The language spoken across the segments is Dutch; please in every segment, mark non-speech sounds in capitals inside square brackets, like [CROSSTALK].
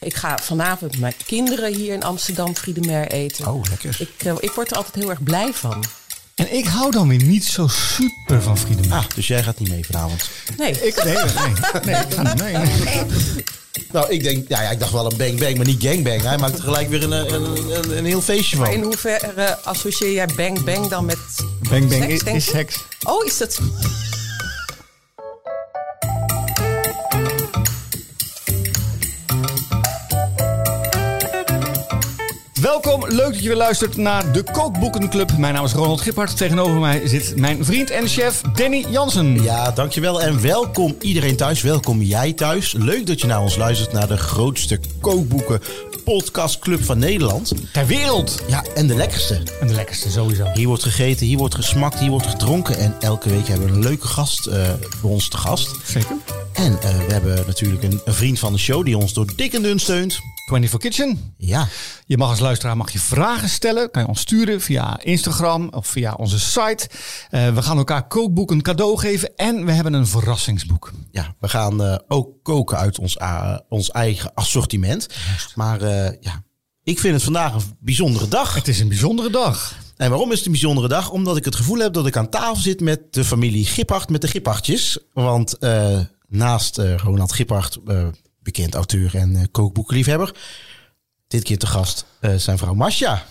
Ik ga vanavond met mijn kinderen hier in Amsterdam Friedemer eten. Oh, lekker. Ik, eh, ik word er altijd heel erg blij van. En ik hou dan weer niet zo super van Friedemann. Ah, dus jij gaat niet mee vanavond. Nee, Ah, Ik, nee, nee, [LAUGHS] nee, ik ga niet mee. nee. Nou, ik denk, ja, ja, ik dacht wel een bang bang, maar niet gang bang. Hij maakt er gelijk weer een, eh, een, een, een heel feestje maar in van. hoeverre eh, associeer jij Bang Bang dan met... Bang Bang Seks, is, denk is je? seks. Oh, is dat... Welkom, leuk dat je weer luistert naar de Kookboekenclub. Mijn naam is Ronald Giphart. Tegenover mij zit mijn vriend en chef Danny Jansen. Ja, dankjewel en welkom iedereen thuis. Welkom jij thuis. Leuk dat je naar ons luistert naar de grootste kookboeken podcastclub van Nederland. Ter wereld. Ja, en de lekkerste. En de lekkerste sowieso. Hier wordt gegeten, hier wordt gesmakt, hier wordt gedronken. En elke week hebben we een leuke gast eh, bij ons te gast. Zeker. En eh, we hebben natuurlijk een, een vriend van de show die ons door dik en dun steunt. 24 Kitchen. Ja, Je mag als luisteraar mag je vragen stellen. Kan je ons sturen via Instagram of via onze site. Eh, we gaan elkaar kookboeken cadeau geven. En we hebben een verrassingsboek. ja we gaan eh, ook koken uit ons, a- ons eigen assortiment. Maar eh, ja, ik vind het vandaag een bijzondere [LAUGHS] dag. Het is een bijzondere dag. En waarom is het een bijzondere dag? Omdat ik het gevoel heb dat ik aan tafel zit met de familie Gippard, met de Gippartjes. Want eh, naast eh, Ronald Gippard, eh, bekend auteur en eh, kookboekliefhebber, dit keer te gast eh, zijn vrouw Masja.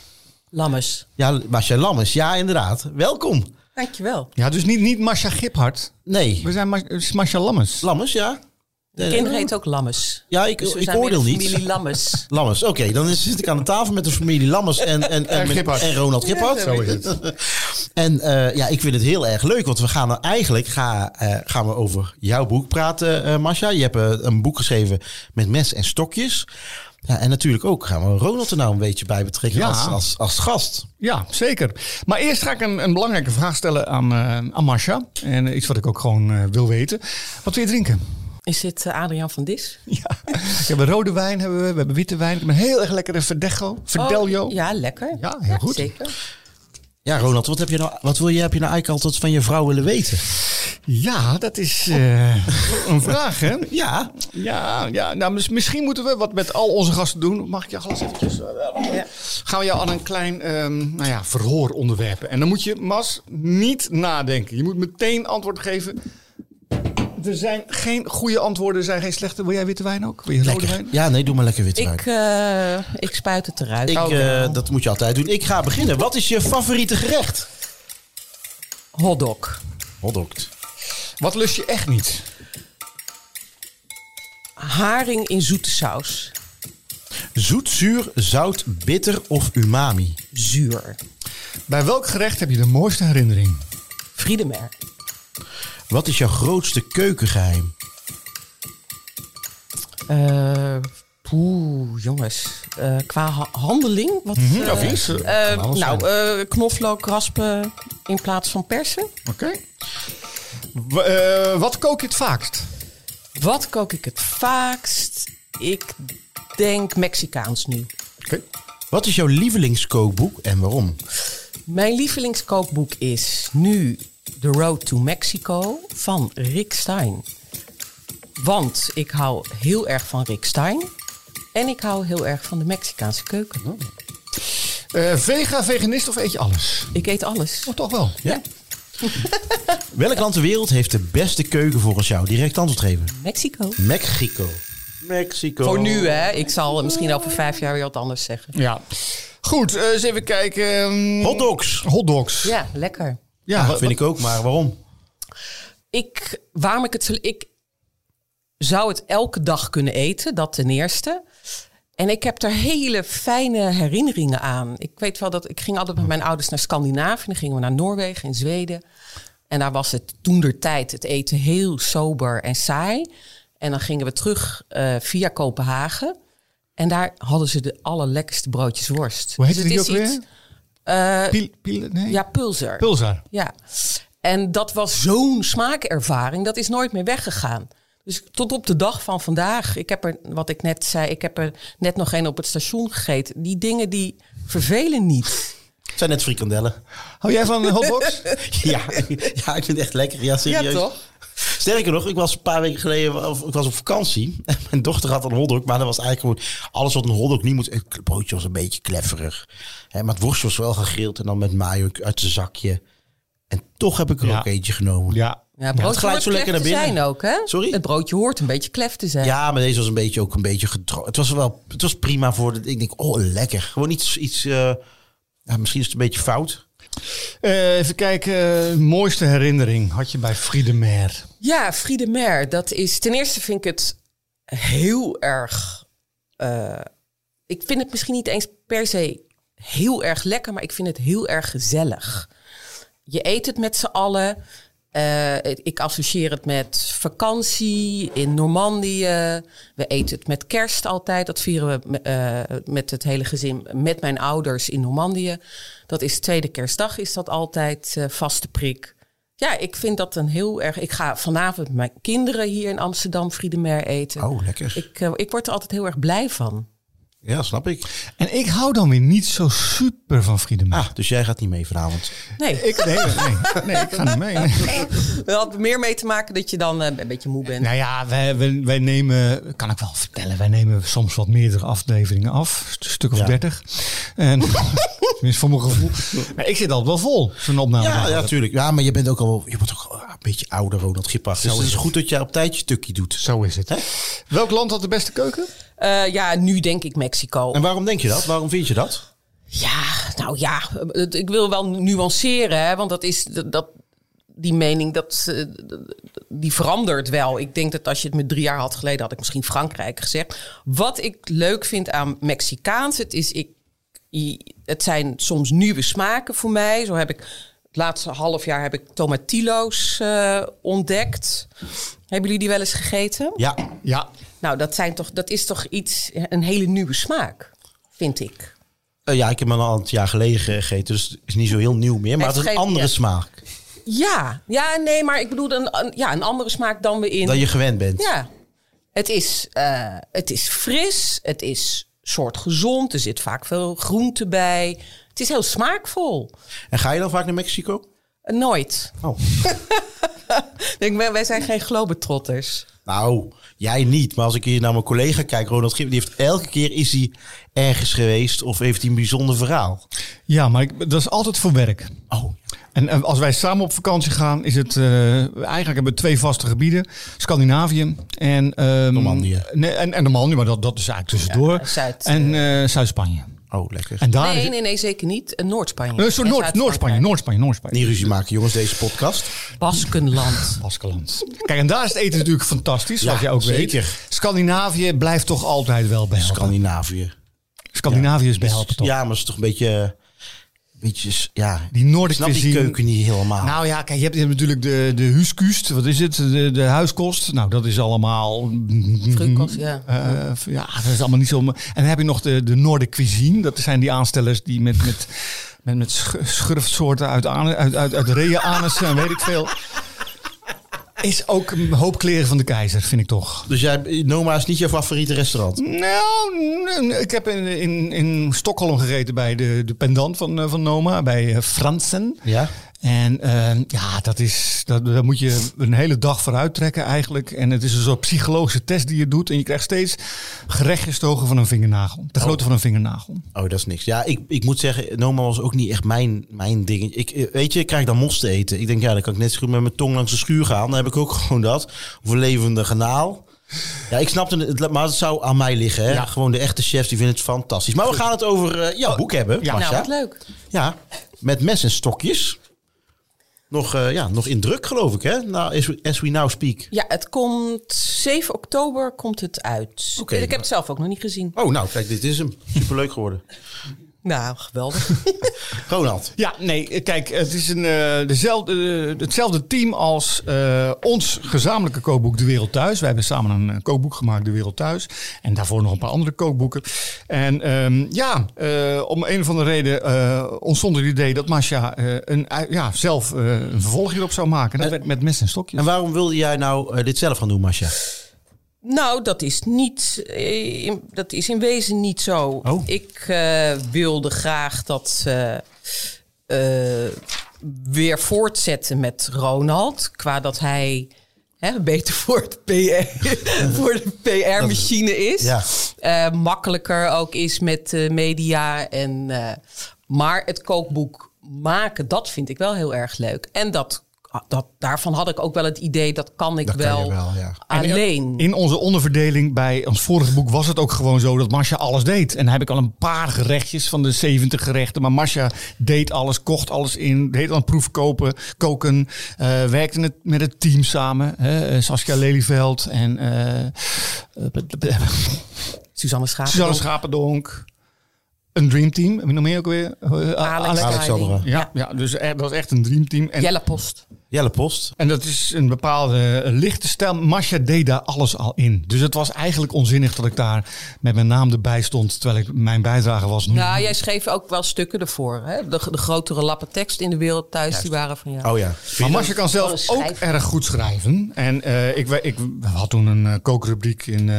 Lammes. Ja, Masja Lammes, ja inderdaad. Welkom. Dankjewel. Ja, dus niet, niet Masha Giphart. Nee, We zijn Mas- het is Masha Lammers. Lammes, ja. De kinderen heet ook Lammes. Ja, ik, Dus we ik zijn weer oordeel de niet. familie [LAUGHS] Lammers. Lammers, oké. dan is- zit ik aan de tafel met de familie Lammers en, en, en, En met- Gippard. en Ronald Gippard. Zo is het. [LAUGHS] En eh, ja, ik vind het heel erg leuk, want we gaan er eigenlijk ga, eh, gaan we over jouw boek praten, eh Masha. Je hebt eh, een boek geschreven met mes en stokjes. Ja, en natuurlijk ook gaan we Ronald er nou een beetje bij betrekken Ja. als, als, als gast. Ja, zeker. Maar eerst ga ik een, een belangrijke vraag stellen aan, eh aan Masha. En eh, iets wat ik ook gewoon eh, wil weten. Wat wil je drinken? Is dit eh, Adriaan van Dis? Ja. we hebben rode wijn, hebben we, we hebben witte wijn. Ik heb een heel erg lekkere Verdejo. Verdeljo. Oh, ja, lekker. Ja, heel goed. Zeker. Ja, Ronald, wat, heb je nou, wat wil je, heb je nou eigenlijk altijd van je vrouw willen weten? Ja, dat is eh, een vraag, hè? Ja, Ja, ja nou, mis- misschien moeten we wat met al onze gasten doen. Mag ik jouw glas eventjes? eh, Gaan we jou aan een klein ehm, nou ja, verhoor onderwerpen. En dan moet je, Mas, niet nadenken. Je moet meteen antwoord geven. Er zijn geen goede antwoorden, er zijn geen slechte. Wil jij witte wijn ook? Wil je rode lekker. wijn? Ja, nee, doe maar lekker witte wijn. Ik, eh, ik spuit het eruit. Ik, Oké. eh, dat moet je altijd doen. Ik ga beginnen. Wat is je favoriete gerecht? Hotdog. Hotdog. Wat lust je echt niet? Haring in zoete saus. Zoet, zuur, zout, bitter of umami? Zuur. Bij welk gerecht heb je de mooiste herinnering? Friedemer. Wat is jouw grootste keukengeheim? Eh poeh, jongens. Eh, qua ha- handeling? Wat, Mhm. Ja, eh, vies. eh, nou, eh, knoflook raspen in plaats van persen. Oké. W- eh, wat kook je het vaakst? Wat kook ik het vaakst? Ik denk Mexicaans nu. Oké. Wat is jouw lievelingskookboek en waarom? Mijn lievelingskookboek is nu The Road to Mexico van Rick Stein. Want ik hou heel erg van Rick Stein. En ik hou heel erg van de Mexicaanse keuken. Eh, vega, veganist of eet je alles? Ik eet alles. Oh, toch wel. [LAUGHS] Ja. Welk land ter wereld heeft de beste keuken volgens jou? Direct antwoord geven. Mexico. Mexico. Mexico. Voor nu, hè. Ik zal misschien over vijf jaar weer wat anders zeggen. Ja. Goed, eh, eens even kijken. ehm, Hotdogs. Hotdogs. Ja, lekker. Ja, dat vind ik ook, maar waarom? Ik, waarom ik het zo... Ik zou het elke dag kunnen eten, dat ten eerste. En ik heb er hele fijne herinneringen aan. Ik weet wel dat ik ging altijd met mijn ouders naar Scandinavië. Dan gingen we naar Noorwegen en Zweden. En daar was het toen der tijd het eten heel sober en saai. En dan gingen we terug eh, via Kopenhagen. En daar hadden ze de allerlekkerste broodjes worst. Hoe heette Dus het die is ook weer? iets- eh, Piel, piel, nee. ja, pulser. Pulsar. Ja. En dat was zo'n smaakervaring, dat is nooit meer weggegaan. Dus tot op de dag van vandaag, ik heb er, wat ik net zei, ik heb er net nog een op het station gegeten. Die dingen die vervelen niet. Het zijn [LAUGHS] net frikandellen. Hou jij van hotdogs? [LAUGHS] ja. ja, ik vind het echt lekker. Ja, serieus. Sterker nog, ik was een paar weken geleden of, ik was op vakantie. [LAUGHS] En mijn dochter had een hotdog, maar dat was eigenlijk gewoon alles wat een hotdog niet moet. Het broodje was een beetje klefferig. Hè, maar het worstje was wel gegrild en dan met mayo uit zijn zakje. En toch heb ik er Ja. ook eentje genomen. Ja. Ja, het broodje glijdt hoort zo lekker klef te naar binnen. zijn ook, hè? Sorry? Het broodje hoort een beetje klef te zijn. Ja, maar deze was een beetje ook een beetje gedroogd. Het was wel, het was prima voor. De, ik denk, oh lekker. Gewoon iets, iets. eh, ja, misschien is het een beetje fout. Eh, even kijken, eh, mooiste herinnering had je bij Friedemer. Ja, Friede Mer, dat is... Ten eerste vind ik het heel erg... eh, ik vind het misschien niet eens per se heel erg lekker, maar ik vind het heel erg gezellig. Je eet het met z'n allen. Eh, het- ik associeer het met vakantie in Normandië. We eten het met kerst altijd. Dat vieren we eh, met het hele gezin, met mijn ouders in Normandië. Dat is tweede kerstdag, is dat altijd eh, vaste prik. Ja, ik vind dat een heel erg. Ik ga vanavond met mijn kinderen hier in Amsterdam Friedemer eten. Oh, lekker. Ik, eh, ik word er altijd heel erg blij van. Ja, snap ik. En ik hou dan weer niet zo super van Friedemer. Ah, dus jij gaat niet mee vanavond. Nee, [LAUGHS] Ik, nee, nee, [LAUGHS] nee, ik ga niet mee. nee. het had meer mee te maken dat je dan eh, een beetje moe bent. Nou ja, wij, wij, wij nemen, kan ik wel vertellen, wij nemen soms wat meerdere afleveringen af. Een stuk of Ja. dertig. [LAUGHS] En, tenminste voor mijn gevoel. Maar ik zit altijd wel vol, zo'n opname. Ja, ja, natuurlijk. Ja, maar je bent ook al je wordt ook al een beetje ouder, Ronald Gippard. Dus Zo het is is goed dat jij op tijd je tukkie doet. Zo is het. Hè? Welk land had de beste keuken? Eh, ja, nu denk ik Mexico. En waarom denk je dat? Waarom vind je dat? Ja, nou ja, het- ik wil wel nuanceren, hè, want dat is dat, dat- die mening dat eh, die verandert wel. Ik denk dat als je het me drie jaar had geleden had ik misschien Frankrijk gezegd. Wat ik leuk vind aan Mexicaans, het is ik, i- het zijn soms nieuwe smaken voor mij. Zo heb ik het laatste half jaar heb ik tomatillo's eh, ontdekt. Hebben jullie die wel eens gegeten? Ja. Ja. Nou, dat zijn toch dat is toch iets een hele nieuwe smaak, vind ik. Eh, ja, ik heb hem al een jaar geleden gegeten, dus het is niet zo heel nieuw meer. Maar Heeft het is een geen- andere ja. smaak Ja, ja, nee, maar ik bedoel een, een- ja, een andere smaak dan we in. dan je gewend bent. Ja, het is, eh, het is fris, het is soort gezond, er zit vaak veel groente bij. Het is heel smaakvol. En ga je dan vaak naar Mexico? Eh, Nooit. Oh. Ik Denk, wij, wij zijn geen globetrotters. Nou, jij niet. Maar als ik hier naar mijn collega kijk, Ronald Gippard, die heeft elke keer is hij ergens geweest of heeft hij een bijzonder verhaal. Ja, maar ik, dat is altijd voor werk. Oh. En eh, als wij samen op vakantie gaan, is het eh, eigenlijk hebben we twee vaste gebieden: Scandinavië en ehm, Normandië. Nee, en, en Normandië, maar dat, dat is eigenlijk tussendoor. Ja, Zuid- en eh, Zuid-Spanje. Oh, lekker. En daar is Nee, het- nee, nee, zeker niet. Eh, Noord-Spanje. Nee, sorry, En dus- Noord, Zuid-Frankrijk. Noord-Spanje, Noord-Spanje, Noord-Spanje. Niet ruzie maken, jongens, deze podcast. Mhm. Baskenland. Baskeland. Kijk, en daar is het eten natuurlijk fantastisch, Ja, zoals je ook zeker. weet. Scandinavië blijft toch altijd wel behelpen. Scandinavië. Scandinavië is behelpen toch? Ja, maar het is toch een beetje. Beetje, s- ja. Die ik Noordische snap die keuken niet helemaal. Nou ja, kijk, je hebt, je hebt natuurlijk de, de huiskust, wat is het? De, de huiskost. Nou, dat is allemaal. Fruitkost, ja. Eh, ja, dat is allemaal niet zo. En dan heb je nog de, de Noorden cuisine. Dat zijn die aanstellers die met, met, met, met sch- schurftsoorten uit, ane- uit, uit, uit reeën, anussen en weet ik veel. Is ook een hoop kleren van de keizer, vind ik toch. Dus jij, Noma is niet jouw favoriete restaurant. Nou, n- n- ik heb in, in, in Stockholm gereden bij de, de pendant van, eh, van Noma, bij eh, Fransen. Ja? En eh, ja, dat is, dat, daar moet je een hele dag vooruit trekken eigenlijk. En het is een soort psychologische test die je doet. En je krijgt steeds gerechtjes togen van een vingernagel. De grootte van een vingernagel. Oh, dat is niks. Ja, ik, ik moet zeggen, Noma was ook niet echt mijn, mijn ding. Ik, eh, weet je, ik krijg dan mos te eten. Ik denk, ja, dan kan ik net zo goed met mijn tong langs de schuur gaan. Dan heb ik ook [LAUGHS] gewoon dat. Of een levende kanaal. Ja, ik snapte het, maar het zou aan mij liggen. Hè? Ja. Oh, Gewoon de echte chefs, die vinden het fantastisch. Maar we gaan het over eh, jouw boek hebben, ja. nou, Marcia. wat leuk. Ja, met mes en stokjes. Nog, eh, ja, nog in druk, geloof ik, hè? Nou, as we, as we now speak. Ja, het komt 7 oktober komt het uit. Oké. ik heb het zelf ook nog niet gezien. Oh, nou, kijk, dit is hem. Superleuk [LAUGHS] geworden. Nou, geweldig. Ronald. Ja, nee, kijk, het is een, eh, dezelfde, eh, hetzelfde team als eh, ons gezamenlijke kookboek De Wereld Thuis. Wij hebben samen een eh, kookboek gemaakt, De Wereld Thuis. En daarvoor nog een paar andere kookboeken. En ehm, ja, eh, om een of andere reden eh ontstond het idee dat Masha eh, een, eh, ja, zelf eh, een vervolg hierop zou maken. En dat werd met mes en stokjes. En waarom wilde jij nou eh, dit zelf gaan doen, Masha? Nou, dat is niet. eh, in- Dat is in wezen niet zo. Oh. Ik eh, wilde graag dat eh, eh, weer voortzetten met Ronald. Qua dat hij hè, beter voor, het [LAUGHS] PR, voor de PR-machine is. Ja. Eh, makkelijker ook is met eh, media. En, eh, maar het kookboek maken, dat vind ik wel heel erg leuk. En dat, dat, daarvan had ik ook wel het idee, dat kan ik Dat kan wel, je wel, ja. eh, alleen. In onze onderverdeling bij ons vorige boek was het ook gewoon zo dat Marcia alles deed. En dan heb ik al een paar gerechtjes van de 70 gerechten. Maar Marcia deed alles, kocht alles in, deed aan proefkopen, koken. eh, werkte het, met het team samen. hè, eh, Saskia Lelyveld en eh, eh, b- [LAUGHS] b- Suzanne Schaap. Suzanne Schapendonk. Een dreamteam. Heb je nog meer ook weer? Eh, Alex, Alex. Alex Leiding. Alderaan. Ja, ja, dus er, dat was echt een dreamteam. En Jelle Post. Jelle Post. en dat is een bepaalde eh, lichte stijl. Masha deed daar alles al in. Dus het was eigenlijk onzinnig dat ik daar met mijn naam erbij stond. Terwijl ik mijn bijdrage was nu. Nou, jij schreef ook wel stukken ervoor. Hè? De, de grotere lappen tekst in de wereld thuis, die waren van jou. Oh ja. Maar Masha kan Alles zelf ook schrijven. erg goed schrijven. En eh, ik, we- ik had toen een eh, kookrubriek in eh,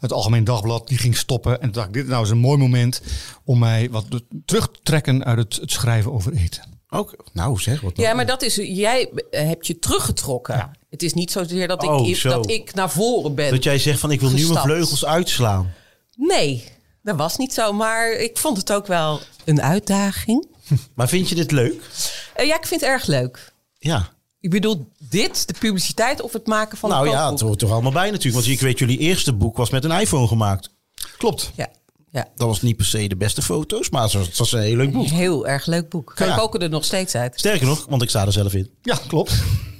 het Algemeen Dagblad. Die ging stoppen. En toen dacht ik, dit nou is een mooi moment om mij wat terug te trekken uit het, het schrijven over eten. Ook, nou zeg, wat Ja, dan? maar dat is, jij eh, hebt je teruggetrokken. Het is niet zozeer dat ik, Oh, ik- zo. dat ik naar voren ben. Dat jij zegt van ik wil nu mijn Gestapt. vleugels uitslaan. Nee, dat was niet zo. Maar ik vond het ook wel een uitdaging. Maar vind je dit leuk? Eh, ja, ik vind het erg leuk. Ja. Ik bedoel, dit, de publiciteit of het maken van nou een ja, kookboek. het hoort er allemaal bij natuurlijk. Want ik weet, jullie eerste boek was met een iPhone gemaakt. Klopt. ja, ja. Dat was niet per se de beste foto's, maar het was, het was een heel leuk boek. Heel erg leuk boek. We Ja. koken er nog steeds uit. Sterker nog, want ik sta er zelf in. Ja, klopt.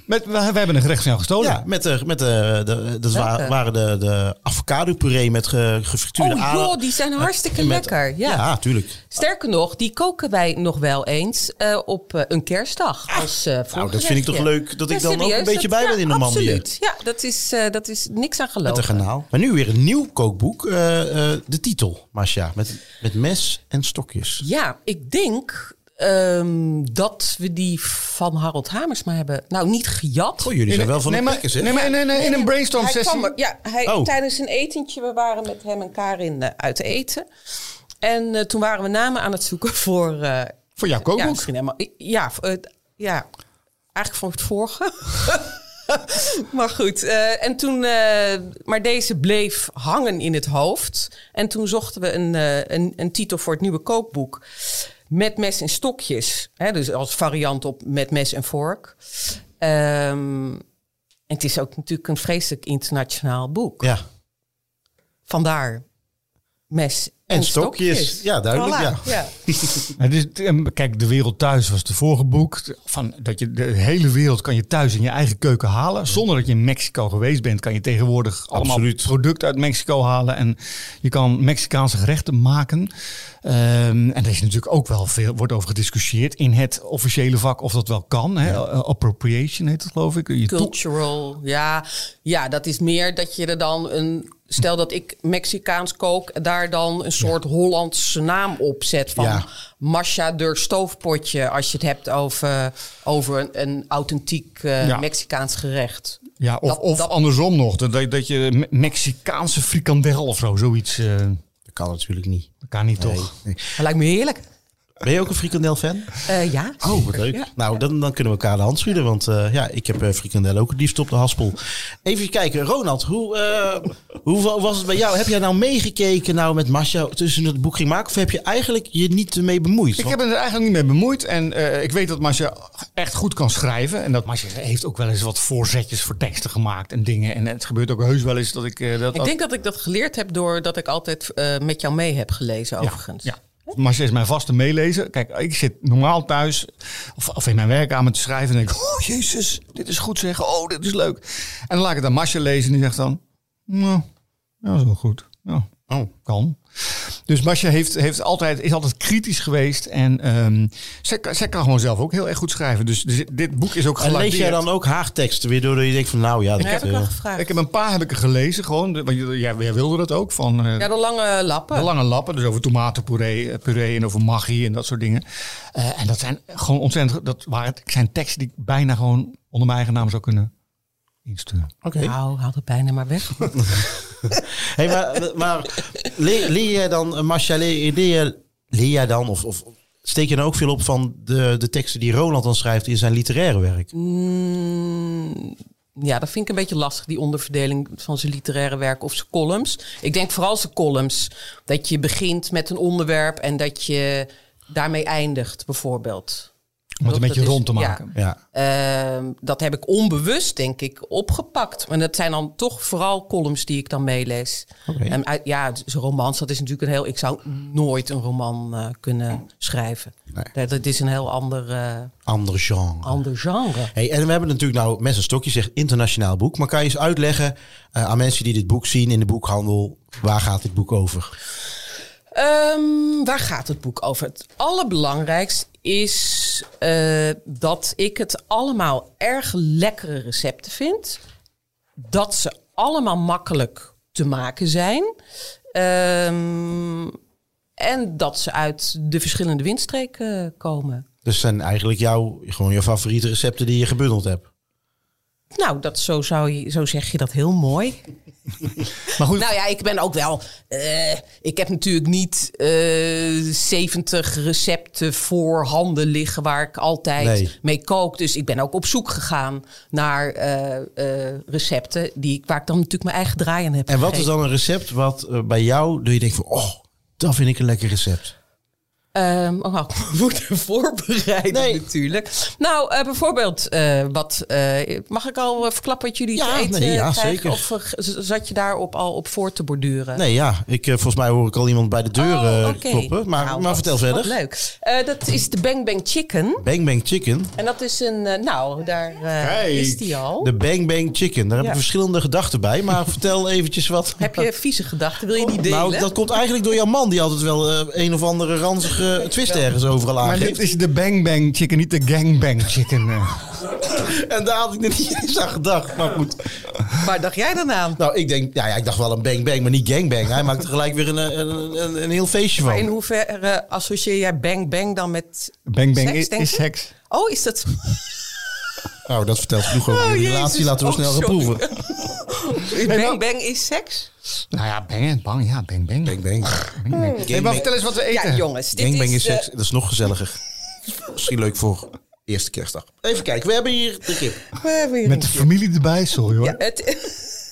Met, we, we hebben een gerecht van jou gestolen. Oh, Ja, met de, met de, de, dat wa- Welke? waren de, de avocado puree met ge, gefrituurde Oh aardappelen. joh, die zijn hartstikke Met- lekker. Ja. ja, tuurlijk. Sterker nog, die koken wij nog wel eens eh, op eh, een kerstdag. Als, eh, Nou, dat voorgerechtje. vind ik toch leuk dat ik Ja, dan ook serieus, een beetje dat- bij ja, ben in de man Absoluut. Ja, dat is, eh, dat is niks aan Met een geloven. kanaal. Maar nu weer een nieuw kookboek. eh, eh, de titel, Masha. Met, met mes en stokjes. Ja, ik denk ehm, dat we die van Harold Hamersma hebben. Nou, niet gejat. Oh, jullie zijn wel van nee, de maar, plekken, nee, zeg. maar in, een- in een brainstorm hij sessie. kwam er- ja, hij, Oh. tijdens een etentje, we waren met hem en Karin eh, uit eten. En eh, toen waren we namen aan het zoeken [LAUGHS] voor... eh, Voor jouw kookboek. ja, misschien helemaal... Ja, voor het- ja, eigenlijk voor het vorige. [LAUGHS] maar goed, eh, en toen, eh, maar deze bleef hangen in het hoofd. En toen zochten we een, eh, een, een titel voor het nieuwe kookboek. Met mes en stokjes. Hè, dus als variant op met mes en vork. Ehm, en het is ook natuurlijk een vreselijk internationaal boek. Ja. Vandaar mes en, En stokjes. Ja, duidelijk, ja. Het is, en kijk, De Wereld Thuis was de vorige boek. Van, dat je, de hele wereld kan je thuis in je eigen keuken halen. Zonder dat je in Mexico geweest bent, kan je tegenwoordig allemaal Absoluut. product uit Mexico halen. En je kan Mexicaanse gerechten maken. Ehm, en er is natuurlijk ook wel veel, wordt over gediscussieerd in het officiële vak of dat wel kan. Hè? Eh, Appropriation heet het geloof ik. Je toe- Cultural, ja. Ja, dat is meer dat je er dan een... Stel dat ik Mexicaans kook, daar dan een soort Hollandse naam op zet. Van Ja. Masha de stoofpotje, als je het hebt over, over een, een authentiek eh, Ja. Mexicaans gerecht. ja, of dat- of dat- andersom nog, dat- dat, dat je Me- Mexicaanse frikandel of zo, zoiets. eh, Dat kan natuurlijk niet. dat kan niet toch? Nee. Dat lijkt me heerlijk. Ben je ook een frikandel-fan? Eh, ja. Oh, wat leuk. Ja. Nou, dan, dan kunnen we elkaar de hand schudden. Want eh, ja, ik heb eh, frikandel ook het liefst op de haspel. Even kijken, Ronald, hoe, eh, hoe was het bij jou? Heb jij nou meegekeken nou, met Masha tussen het boek ging maken? Of heb je eigenlijk je niet ermee bemoeid? Ik heb me er eigenlijk niet mee bemoeid. En eh, ik weet dat Masha echt goed kan schrijven. En dat Masha heeft ook wel eens wat voorzetjes voor teksten gemaakt en dingen. En het gebeurt ook heus wel eens dat ik... eh, dat, Ik denk dat ik dat geleerd heb doordat ik altijd eh, met jou mee heb gelezen, overigens. Ja. Marcia is mijn vaste meelezer. Kijk, ik zit normaal thuis of, of in mijn werkkamer te schrijven. En denk ik, oh jezus, dit is goed zeggen. Oh, dit is leuk. En dan laat ik het aan Marcia lezen. En die zegt dan, nou, ja, dat is wel goed. Ja, Oh. kan. Dus Marcia heeft, heeft altijd, is altijd kritisch geweest. En ehm zij, kan- zij kan gewoon zelf ook heel erg goed schrijven. Dus, dus dit boek is ook en gewaardeerd. lees jij dan ook haar teksten weer, doordat je denkt van nou ja... Dat heb ik wel eh, gevraagd. Ik heb een paar heb ik er gelezen gewoon. de- Want jij, jij wilde dat ook. Van, eh, ja, de lange lappen. De lange lappen, dus over tomatenpuree eh, puree en over maggi en dat soort dingen. Eh, en dat zijn gewoon ontzettend. Dat waren, zijn teksten die ik bijna gewoon onder mijn eigen naam zou kunnen insturen. Oké. Nou, haal het bijna maar weg. Hey, maar [LAUGHS] maar leer, leer jij dan, eh, Marcia, leer, leer, jij- leer jij dan, of, of steek je dan ook veel op van de, de teksten die Ronald dan schrijft in zijn literaire werk? Mm, ja, dat vind ik een beetje lastig, die onderverdeling van zijn literaire werk of zijn columns. Ik denk vooral zijn columns. Dat je begint met een onderwerp en dat je daarmee eindigt, bijvoorbeeld. Om het een Dat beetje is- rond te ja. maken. Ja. Ehm, dat heb ik onbewust, denk ik, opgepakt. En dat zijn dan toch vooral columns die ik dan meelees. Oké. En uit- ja, zo'n romans, dat is natuurlijk een heel... Ik zou nooit een roman eh, kunnen schrijven. Nee. Dat, dat is een heel ander, eh, Ander genre. ander genre. Hey, en we hebben natuurlijk nou, mensen een stokje zegt internationaal boek. Maar kan je eens uitleggen eh, aan mensen die dit boek zien in de boekhandel, waar gaat dit boek over? Ehm, waar gaat het boek over? Het allerbelangrijkste is eh, dat ik het allemaal erg lekkere recepten vind. Dat ze allemaal makkelijk te maken zijn. Ehm, en dat ze uit de verschillende windstreken komen. Dus zijn eigenlijk jouw, gewoon je favoriete recepten die je gebundeld hebt. Nou, dat, zo, zou je, zo zeg je dat heel [LAUGHS] mooi. Maar goed, Nou ja, ik ben ook wel. eh, ik heb natuurlijk niet eh 70 recepten voor handen liggen waar ik altijd Nee. mee kook. Dus ik ben ook op zoek gegaan naar eh, eh, recepten die, ik- waar ik dan natuurlijk mijn eigen draai aan heb. En wat is gegeven. dan een recept wat eh, bij jou, doe je denkt van, oh, dat vind ik een lekker recept. Ehm, oh, nou, [LAUGHS] we moeten voorbereiden natuurlijk. Nou, eh, bijvoorbeeld, eh, wat, eh, mag ik al eh, verklappen wat jullie Ja, te eten nee, ja, krijgen? zeker. Of eh, z- zat je daarop al op voor te borduren? Nee, ja, ik, eh, volgens mij hoor ik al iemand bij de deur Oh, eh, oké. kloppen. Maar, Nou, maar wat- vertel wat verder. leuk. Eh, dat is de Bang Bang Chicken. Bang Bang Chicken. En dat is een, eh, nou, daar eh, Kijk. is die al. De Bang Bang Chicken. Daar heb Ja. ik verschillende gedachten bij. Maar [LAUGHS] vertel eventjes wat. Heb je vieze gedachten? Wil je die delen? Nou, dat komt eigenlijk door jouw man. Die altijd wel eh, een of andere ranzige eh, twist ergens overal maar aangeeft. dit is de Bang Bang Chicken, niet de Gang Bang Chicken. eh. [LAUGHS] En daar had ik er niet eens aan gedacht. Maar goed. Waar dacht jij dan aan? Nou, ik denk, ja, ja, ik dacht wel een bang bang, maar niet gang bang. Hij maakt er gelijk weer een, eh, een, een, een heel feestje Maar in van. hoeverre associeer jij Bang Bang dan met... Bang Bang Seks, is, denk is ik? seks. Oh, is dat... Nou, dat vertelt genoeg over Oh, de Jezus. relatie. Laten we Oh, snel gaan sorry. proeven. bang Bang is seks? Nou ja, bang, bang, ja, bang, bang. Bang bang. Gang Hey, maar bang. vertel eens wat we eten. Ja, jongens. Dit Gangbang is, is eh, seks. Dat is nog gezelliger. Misschien leuk voor de eerste kerstdag. Even kijken, we hebben hier de kip. we hebben hier Met de een- familie erbij, sorry hoor. Eh, Ja, het,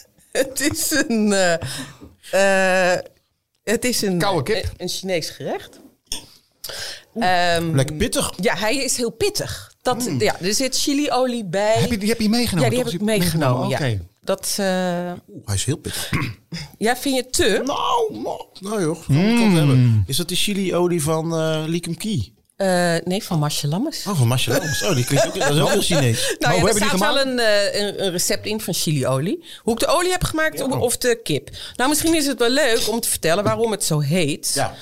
[LAUGHS] het is een... eh, eh, het is een... Koude kip. Een, een Chinees gerecht. Ehm, Lekker pittig. ja, hij is heel pittig. Dat, ja, er zit chiliolie bij. Hmm. Heb je, die heb je meegenomen? ja, die toch? heb ik meegenomen. ja. Oké. Dat, eh, Oeh, hij is heel pittig. ja, vind je te? Nou, nou, nou joh. dat moet ik Hmm. wel hebben. Is dat die chili-olie van eh Likum Key? Eh, nee, van Marcia Lammers. Oh, van Marcel. Oh, die klinkt ook, dat is [LAUGHS] ook heel Chinees. Nou Maar ja, hoe er hebben die staat wel een, eh, een, een recept in van chiliolie. Hoe ik de olie heb gemaakt of- of de kip. Nou, misschien is het wel leuk om te vertellen waarom het zo heet. Ja.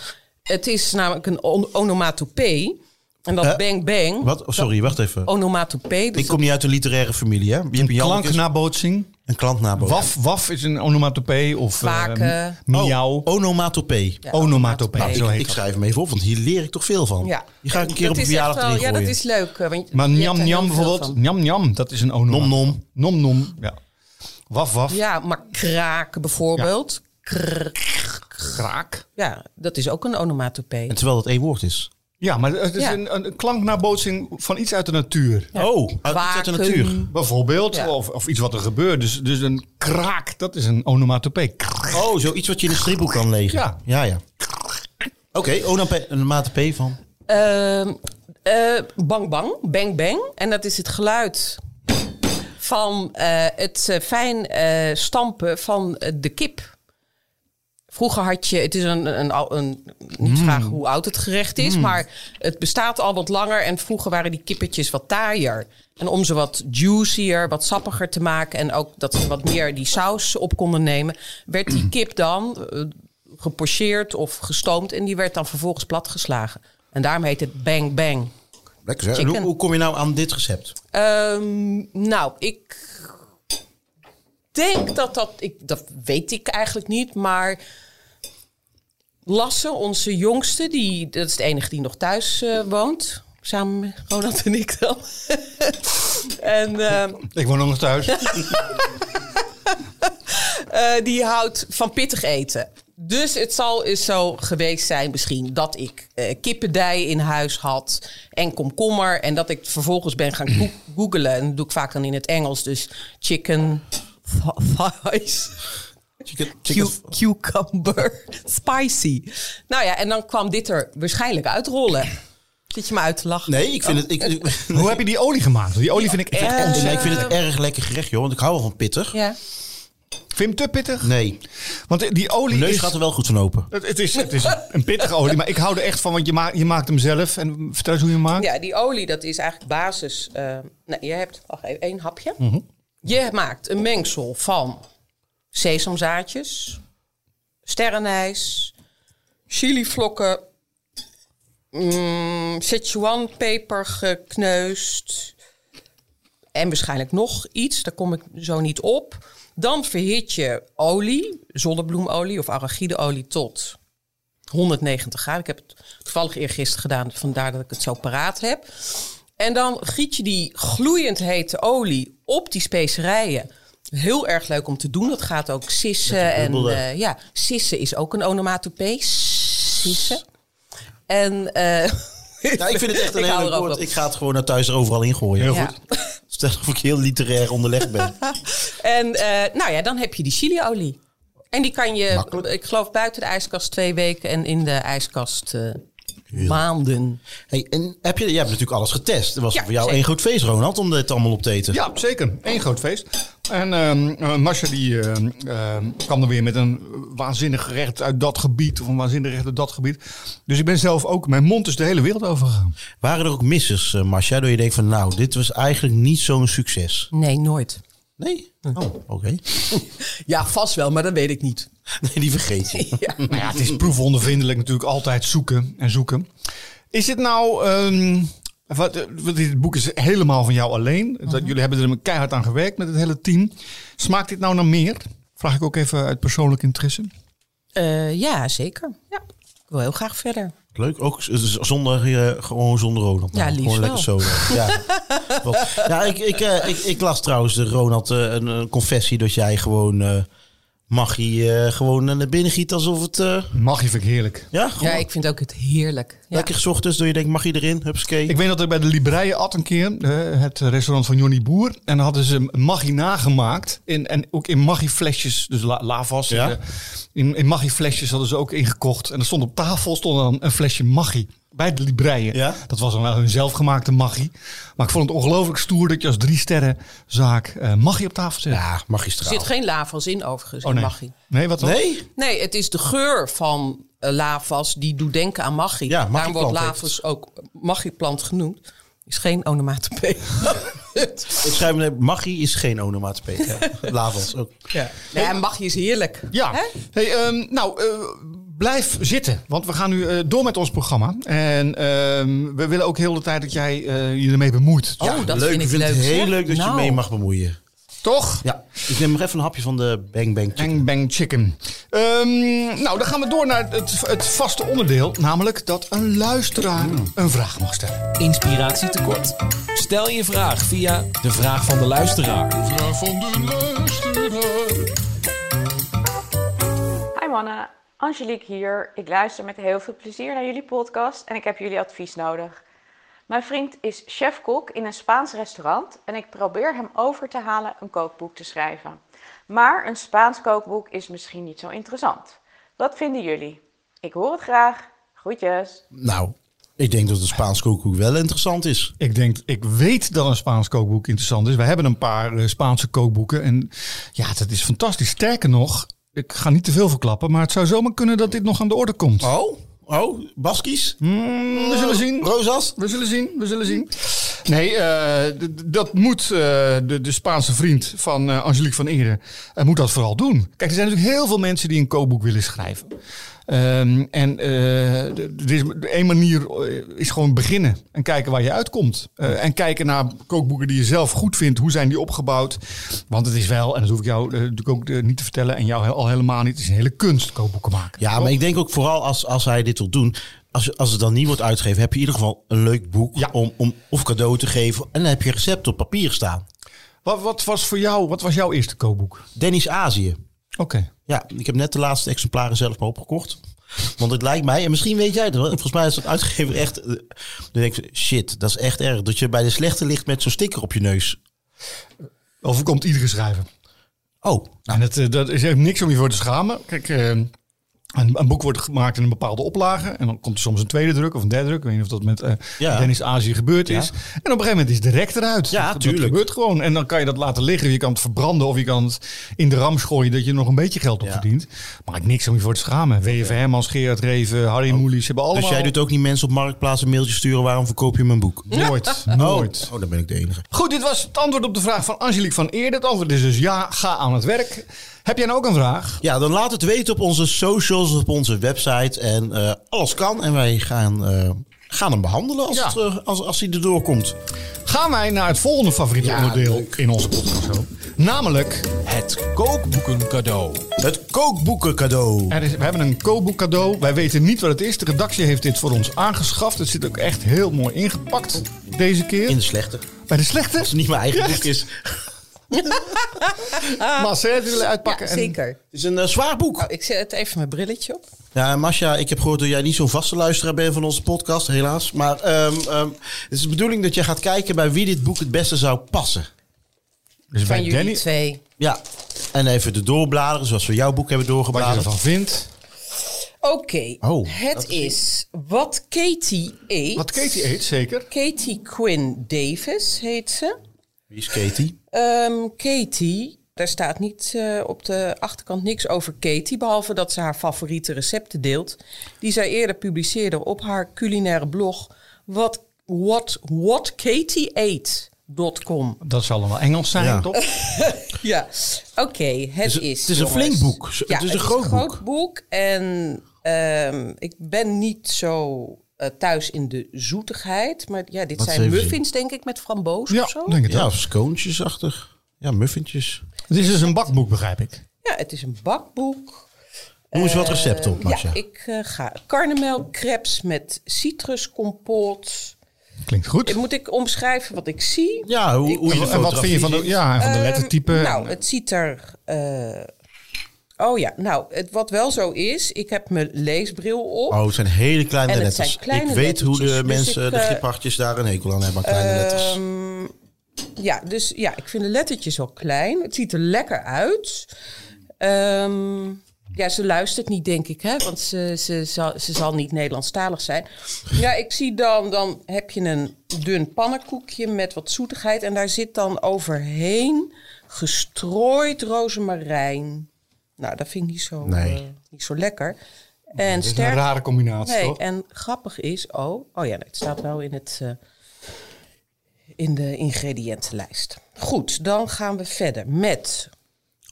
Het is namelijk een on- onomatopee. En dat Eh, bang bang. Wat? Oh, sorry, wacht even. Onomatopee. Dus Ik kom niet uit een literaire familie, hè? Je hebt Janneke is- Klanknabootsing. Een klantnaam. Waf, waf is een onomatopee of eh, Kwaken. miauw. Oh, onomatopee. Ah, Ja, onomatopee, Nou, zo ik, heet ik dat. schrijf hem even op, want hier leer ik toch veel van. Ja. Die ga ik een keer dat op een is echt verjaardag wel- erin Ja, gooien. dat is leuk. eh, Want je- Maar je hebt njam er njam heel veel bijvoorbeeld, van. njam njam, dat is een onomatopee. Nom nom. Nom nom, ja. Waf waf. Ja, maar kraken bijvoorbeeld. Krrr. Kraak. Ja, dat is ook een onomatopee. En terwijl dat één woord is. Ja, maar het is Ja. een, een, een klanknabootsing van iets uit de natuur. Oh, uit- iets uit Kwaken. de natuur. Bijvoorbeeld, Ja. of, of iets wat er gebeurt. Dus, dus een kraak, dat is een onomatopee. Kraak. Oh, zoiets wat je in een stripboek kan lezen. Ja. ja. ja. Oké, onomatopee onomatopee van. Ehm, eh, bang bang, bang bang. En dat is het geluid van eh, het eh, fijn eh, stampen van eh, de kip. Vroeger had je, het is een, een, al- een niet vragen hoe oud het gerecht is, maar het bestaat al wat langer. En vroeger waren die kippertjes wat taaier. En om ze wat juicier, wat sappiger te maken en ook dat ze wat meer die saus op konden nemen, werd die kip dan eh, gepocheerd of gestoomd en die werd dan vervolgens platgeslagen. En daarom heet het bang bang. Lekker zeg. En Chicken. Hoe, hoe kom je nou aan dit recept? Ehm, nou, ik denk dat dat, ik, dat weet ik eigenlijk niet, maar Lasse, onze jongste, die, dat is de enige die nog thuis eh, woont, samen met Ronald en ik dan. [LAUGHS] en ehm, Ik woon ook nog [LAUGHS] thuis. eh, die houdt van pittig eten. Dus het zal eens zo geweest zijn misschien dat ik eh, kippendij in huis had en komkommer. En dat ik vervolgens ben gaan go- googlen. En dat doe ik vaak dan in het Engels. Dus chicken fa- thighs. Chicken, chicken, Cu- cucumber [LAUGHS] spicy. Nou ja, en dan kwam dit er waarschijnlijk uitrollen. Zit je me uit te lachen? nee, ik vind het... Ik, ik- Hoe heb je die olie gemaakt? Die olie vind ik echt Eh, onzin. nee, ik vind het erg lekker gerecht, joh. Want ik hou wel van pittig. Ja. Vind je hem te pittig? Nee, Want die olie mijn neus Dus- is... gaat er wel goed van [LAUGHS] open. Het, het is, het is een pittige olie, maar ik hou er echt van, want je, maakt je maakt hem zelf. En vertel eens hoe je hem maakt. ja, die olie, dat is eigenlijk basis. eh nou, je hebt, wacht even, één hapje. Je maakt een mengsel van sesamzaadjes, sterrenijs, chilivlokken, mm, Sichuan peper gekneusd en waarschijnlijk nog iets. Daar kom ik zo niet op. Dan verhit je olie, zonnebloemolie of arachideolie tot 190 graden. Ik heb het toevallig eergisteren gedaan, vandaar dat ik het zo paraat heb. En dan giet je die gloeiend hete olie op die specerijen. Heel erg leuk om te doen. Dat gaat ook sissen. En bubbelen. eh, ja, sissen is ook een onomatopee. Sissen. En eh, [LAUGHS] Ja, Nou, ik vind het echt een Ik hou heel er leuk ook woord. wel. Ik ga het gewoon naar thuis er overal in gooien. Heel Ja. Stel of ik heel literair [LAUGHS] onderlegd ben. En eh, nou ja, dan heb je die chiliolie. En die kan je, Makkelijk. ik geloof, buiten de ijskast twee weken en in de ijskast eh, maanden. Hey, en heb je, jij hebt natuurlijk alles getest. Het was Ja, voor jou zeker. één groot feest, Ronald, om dit allemaal op te eten. Ja, zeker. Eén groot feest. En ehm eh, Masha die ehm, ehm, kwam er weer met een waanzinnig gerecht uit dat gebied. Of een waanzinnig gerecht uit dat gebied. Dus ik ben zelf ook, mijn mond is de hele wereld overgegaan. Waren er ook missers, eh Masha, door je denkt van nou, dit was eigenlijk niet zo'n succes? Nee, nooit. Nee? Oh, oké. [LAUGHS] Ja, vast wel, maar dat weet ik niet. Nee, die vergeet je. [LAUGHS] Ja. Nou ja, het is proefondervindelijk natuurlijk altijd zoeken en zoeken. Is dit nou, ehm, wat, eh, wat, dit boek is helemaal van jou alleen. Dat, jullie hebben er keihard aan gewerkt met het hele team. Smaakt dit nou naar meer? Vraag ik ook even uit persoonlijk interesse. Eh, ja, zeker. Ja. Ik wil heel graag verder. Leuk, ook z- z- zonder, eh, gewoon zonder Ronald. Ja, liefst Gewoon lekker wel. solo. Ja, [LAUGHS] Wat- ja ik, ik, eh, ik, ik las trouwens, eh, Ronald, eh, een, een confessie dat jij gewoon... eh mag je eh, gewoon naar binnen gieten alsof het... eh, Mag je, vind ik heerlijk. ja, gewoon Ja, ik vind ook het heerlijk. Ja. lekker s ochtends, door je denkt, mag je erin? Hupskee. Ik weet dat ik bij de Libreien at een keer, eh, het restaurant van Johnny Boer. En dan hadden ze Maggi nagemaakt. In, en ook in Maggi flesjes, dus la, lavas. Ja. eh, In, in Maggi flesjes hadden ze ook ingekocht. En er stond op tafel stond dan een flesje Maggi. Bij de Libreien. Ja. Dat was dan wel hun zelfgemaakte Maggi. Maar ik vond het ongelooflijk stoer dat je als drie sterrenzaak eh Maggi op tafel zet. Oh, Ja, Er magistraal. zit geen lavas in, overigens. Oh, in nee. Maggi. Nee, wat dan? Nee? Nee, het is de geur van eh, lavas die doet denken aan Maggi. Ja, Daarom wordt Maggi-plant heeft lavas ook Maggi-plant genoemd. Is geen onomatopee. Ik schrijf me, magie is geen onomatopee. Ja. Lavans ook. Ja. Nee, en Maggi is heerlijk. Ja. Hè? Hey, ehm, nou, eh, blijf zitten. Want we gaan nu eh, door met ons programma. En ehm, we willen ook heel de tijd dat jij eh, je ermee bemoeit. Oh, dat leuk. vind ik vind leuk, het heel zeg. leuk dat Nou. je mee mag bemoeien. Toch? Ja, ik neem nog even een hapje van de Bang Bang Chicken. Bang Bang Chicken. Ehm, nou, dan gaan we door naar het, het vaste onderdeel. Namelijk dat een luisteraar een vraag mag stellen. Inspiratie tekort? Stel je vraag via de vraag van de luisteraar. Hi mannen, Angelique hier. Ik luister met heel veel plezier naar jullie podcast en ik heb jullie advies nodig. Mijn vriend is chef-kok in een Spaans restaurant en ik probeer hem over te halen een kookboek te schrijven. Maar een Spaans kookboek is misschien niet zo interessant. Wat vinden jullie? Ik hoor het graag. Groetjes. Nou, ik denk dat een Spaans kookboek wel interessant is. Ik denk, ik weet dat een Spaans kookboek interessant is. We hebben een paar eh, Spaanse kookboeken. En ja, dat is fantastisch. Sterker nog, ik ga niet te veel verklappen. Maar het zou zomaar kunnen dat dit nog aan de orde komt. Oh, oh, Baskies? Mm, we zullen zien. Rosas? We zullen zien, we zullen zien. Nee, eh, d- d- dat moet eh, de, de Spaanse vriend van eh, Angelique van Eren, eh, moet dat vooral doen. Kijk, er zijn natuurlijk heel veel mensen die een kookboek willen schrijven. Ehm, en eh, d- d- er is één manier eh, is gewoon beginnen en kijken waar je uitkomt. Eh, en kijken naar kookboeken die je zelf goed vindt. Hoe zijn die opgebouwd? Want het is wel, en dat hoef ik jou eh, natuurlijk ook eh, niet te vertellen en jou he- al helemaal niet, het is een hele kunst kookboeken maken. Ja, maar ik denk ook vooral als, als hij dit wil doen... Als, als het dan niet wordt uitgegeven, heb je in ieder geval een leuk boek Ja. om, om of cadeau te geven. En dan heb je recept op papier staan. Wat, wat was voor jou, wat was jouw eerste kookboek? Dennis Azië. Oké. Ja, ik heb net de laatste exemplaren zelf maar opgekocht. Want het lijkt mij, en misschien weet jij het wel, volgens mij is het uitgever echt... eh, Dan denk ik, shit, dat is echt erg. Dat je bij de slechte ligt met zo'n sticker op je neus. Overkomt iedere schrijver. Oh, Nou, dat, eh, dat is echt niks om je voor te schamen. Kijk, eh, een, een boek wordt gemaakt in een bepaalde oplage. En dan komt er soms een tweede druk of een derde druk. Ik weet niet of dat met eh, Ja. Dennis Azië gebeurd is. En op een gegeven moment is de rek eruit. Ja, dat, dat tuurlijk. gebeurt gewoon. En dan kan je dat laten liggen. Je kan het verbranden of je kan het in de ram gooien dat je er nog een beetje geld op Ja. verdient. Maar niks om je voor te schamen. W.F. Hermans, Gerard Reven, Harry Moelis. Ze hebben allemaal... dus jij doet ook niet mensen op Marktplaats een mailtje sturen... waarom verkoop je mijn boek? [LAUGHS] Nooit, nooit. Oh, dan ben ik de enige. Goed, dit was het antwoord op de vraag van Angelique van Eerde. Het antwoord is dus ja, ga aan het werk. Heb jij nou ook een vraag? Ja, dan laat het weten op onze socials, op onze website. En eh, alles kan. En wij gaan, eh, gaan hem behandelen als, Ja. het, eh, als, als hij erdoor komt. gaan wij naar het volgende favoriete onderdeel in onze podcast. zo. Namelijk, Het kookboeken cadeau. Het kookboeken cadeau. er is, we hebben een kookboek cadeau. Wij weten niet wat het is. De redactie heeft dit voor ons aangeschaft. Het zit ook echt heel mooi ingepakt deze keer. In de slechte. Bij de slechte. Als het niet mijn eigen Ja. Ah. boek is. Het Marcel willen uitpakken. Ja, zeker. is een eh, zwaar boek. Nou, ik zet even mijn brilletje op. Ja, Masha, ik heb gehoord dat jij niet zo'n vaste luisteraar bent van onze podcast, helaas. Maar ehm, ehm, het is de bedoeling dat je gaat kijken bij wie dit boek het beste zou passen. En, dus Van bij jullie Danny, twee. Ja, en even de doorbladeren, zoals we jouw boek hebben wat je doorgebladerd. ervan vindt. Oké, Oh, het is wat Katie eet. Wat Katie eet, zeker. Katie Quinn Davis heet ze. Wie is Katie? Ehm, Katie, daar staat niet eh, op de achterkant niks over Katie, behalve dat ze haar favoriete recepten deelt, die zij eerder publiceerde op haar culinaire blog What, what, what Katie Eat.com. Dat zal dan wel Engels zijn, Ja. toch? Ja, oké, het Het is. is, het is een jongens. flink boek. Het Ja, is een groot boek. En ehm, ik ben niet zo eh, thuis in de zoetigheid. Maar ja, dit Wat zijn eens even muffins, denk ik, met framboos Ja, of zo. denk het Ja, wel. of sconesjesachtig. Ja, muffintjes. Het is dus een bakboek, begrijp ik. Ja, het is een bakboek. Noem eens wat recepten op, Masha. Ja, ik eh, ga karnemelkcreps met citruscompoot. Klinkt goed. Eh, Moet ik omschrijven wat ik zie? Ja, hoe, hoe je de En wat vind je van de, fotografie ja, en van de Ehm, lettertype? nou, het ziet er. eh, oh ja, nou, het, wat wel zo is, ik heb mijn leesbril op. ziet? Oh, het zijn hele kleine En het zijn letters. kleine ik weet hoe de lettertjes, dus mensen, ik, de eh, griepartjes daar een hekel aan hebben aan kleine letters. Ehm, ja, dus ja, ik vind de lettertjes al klein. Het ziet er lekker uit. Ehm, ja, ze luistert niet, denk ik, hè? want ze, ze, zal, ze zal niet Nederlandstalig zijn. Ja, ik zie dan, dan heb je een dun pannenkoekje met wat zoetigheid. En daar zit dan overheen gestrooid rozemarijn. Nou, dat vind ik niet zo, Nee. eh, niet zo lekker. En dat is een sterk rare combinatie, Nee, toch? en grappig is, oh, oh ja, nee, het staat wel in, het, eh, in de ingrediëntenlijst. Goed, dan gaan we verder met.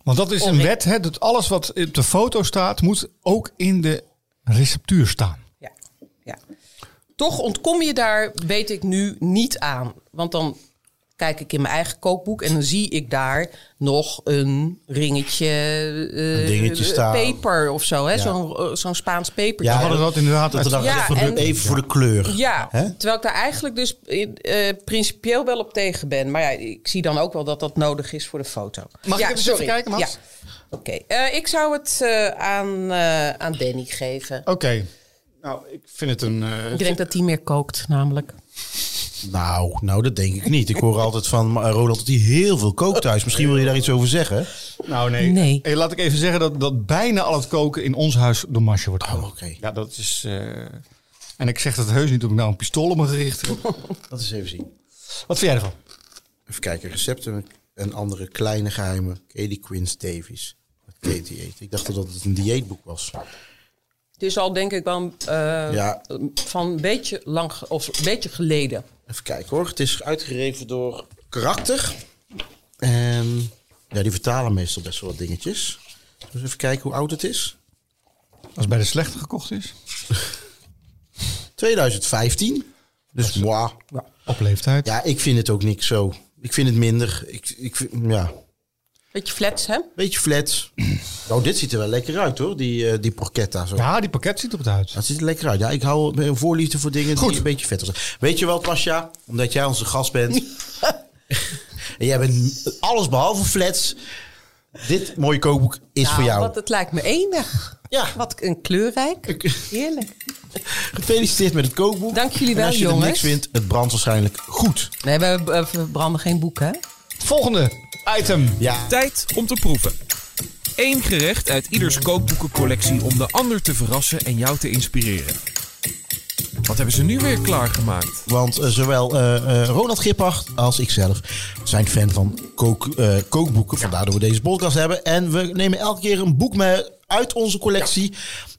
Want dat is Om een ik- wet, hè, dat alles wat op de foto staat, moet ook in de receptuur staan. Ja, ja. Toch ontkom je daar, weet ik nu, niet aan. Want dan kijk ik in mijn eigen kookboek en dan zie ik daar nog een ringetje, eh, Een dingetje eh, staan. peper of zo, hè? Zo'n, eh, zo'n Spaans peper. We Ja, hadden dat inderdaad Dat we dachten, Ja, even, voor de- en- even voor de kleur. Ja, Hè? terwijl ik daar eigenlijk dus eh, eh, principieel wel op tegen ben. Maar ja, ik zie dan ook wel dat dat nodig is voor de foto. Mag ik ja, even zitten kijken, Mats? Ja. Oké, eh, ik zou het eh, aan, eh, aan Danny geven. Oké. Nou, ik vind het een... eh, Ik denk dat hij meer kookt, namelijk. Nou, nou, dat denk ik niet. Ik hoor altijd van eh, Ronald dat hij heel veel kookt thuis. Misschien wil je daar iets over zeggen. Nou, nee. Nee. Eh, laat ik even zeggen dat, dat bijna al het koken in ons huis door Masje wordt gedaan. Oh, oké. Ja, dat is... eh, En ik zeg dat heus niet, omdat ik nou een pistool op me gericht heb. Dat is even zien. [LAUGHS] Wat vind jij ervan? Even kijken, recepten en andere kleine geheimen. Katie Quince Davies. Wat Katie eet. Ik dacht dat het een dieetboek was. Het is al denk ik wel eh, Ja, van een beetje, lang, ge- of een beetje geleden. even kijken hoor. Het is uitgegeven door Karakter. En ja, die vertalen meestal best wel wat dingetjes. Dus even kijken hoe oud het is. Als het bij de slechte gekocht is? 2015. Dus moi. Op leeftijd? Ja, ik vind het ook niks zo. Ik vind het minder. Ik, ik vind, ja, Beetje flats, hè? Beetje flat. [CLEARS THROAT] Nou, dit ziet er wel lekker uit hoor, die, eh, die porchetta zo. Ja, die pakket ziet er goed uit. Dat ziet er lekker uit. Ja, ik hou een voorliefde voor dingen die een beetje vettig zijn. Weet je wel, Pasja, omdat [LAUGHS] jij onze gast bent. en jij bent alles behalve flats. Dit mooie kookboek is Nou, voor jou. Want het lijkt me enig. Ja. Wat een kleurrijk. Ik- Heerlijk. Gefeliciteerd met het kookboek. Dank jullie wel, en als je jongens. er niks wint, het brandt waarschijnlijk goed. Nee, we, we branden geen boeken. hè? Volgende item. Ja. Tijd om te proeven. Eén gerecht uit ieders kookboekencollectie om de ander te verrassen en jou te inspireren. Wat hebben ze nu weer klaargemaakt? Want eh, zowel eh, eh, Ronald Gippard als ikzelf zijn fan van kook, eh, kookboeken. Vandaar dat we deze podcast hebben. En we nemen elke keer een boek mee uit onze collectie.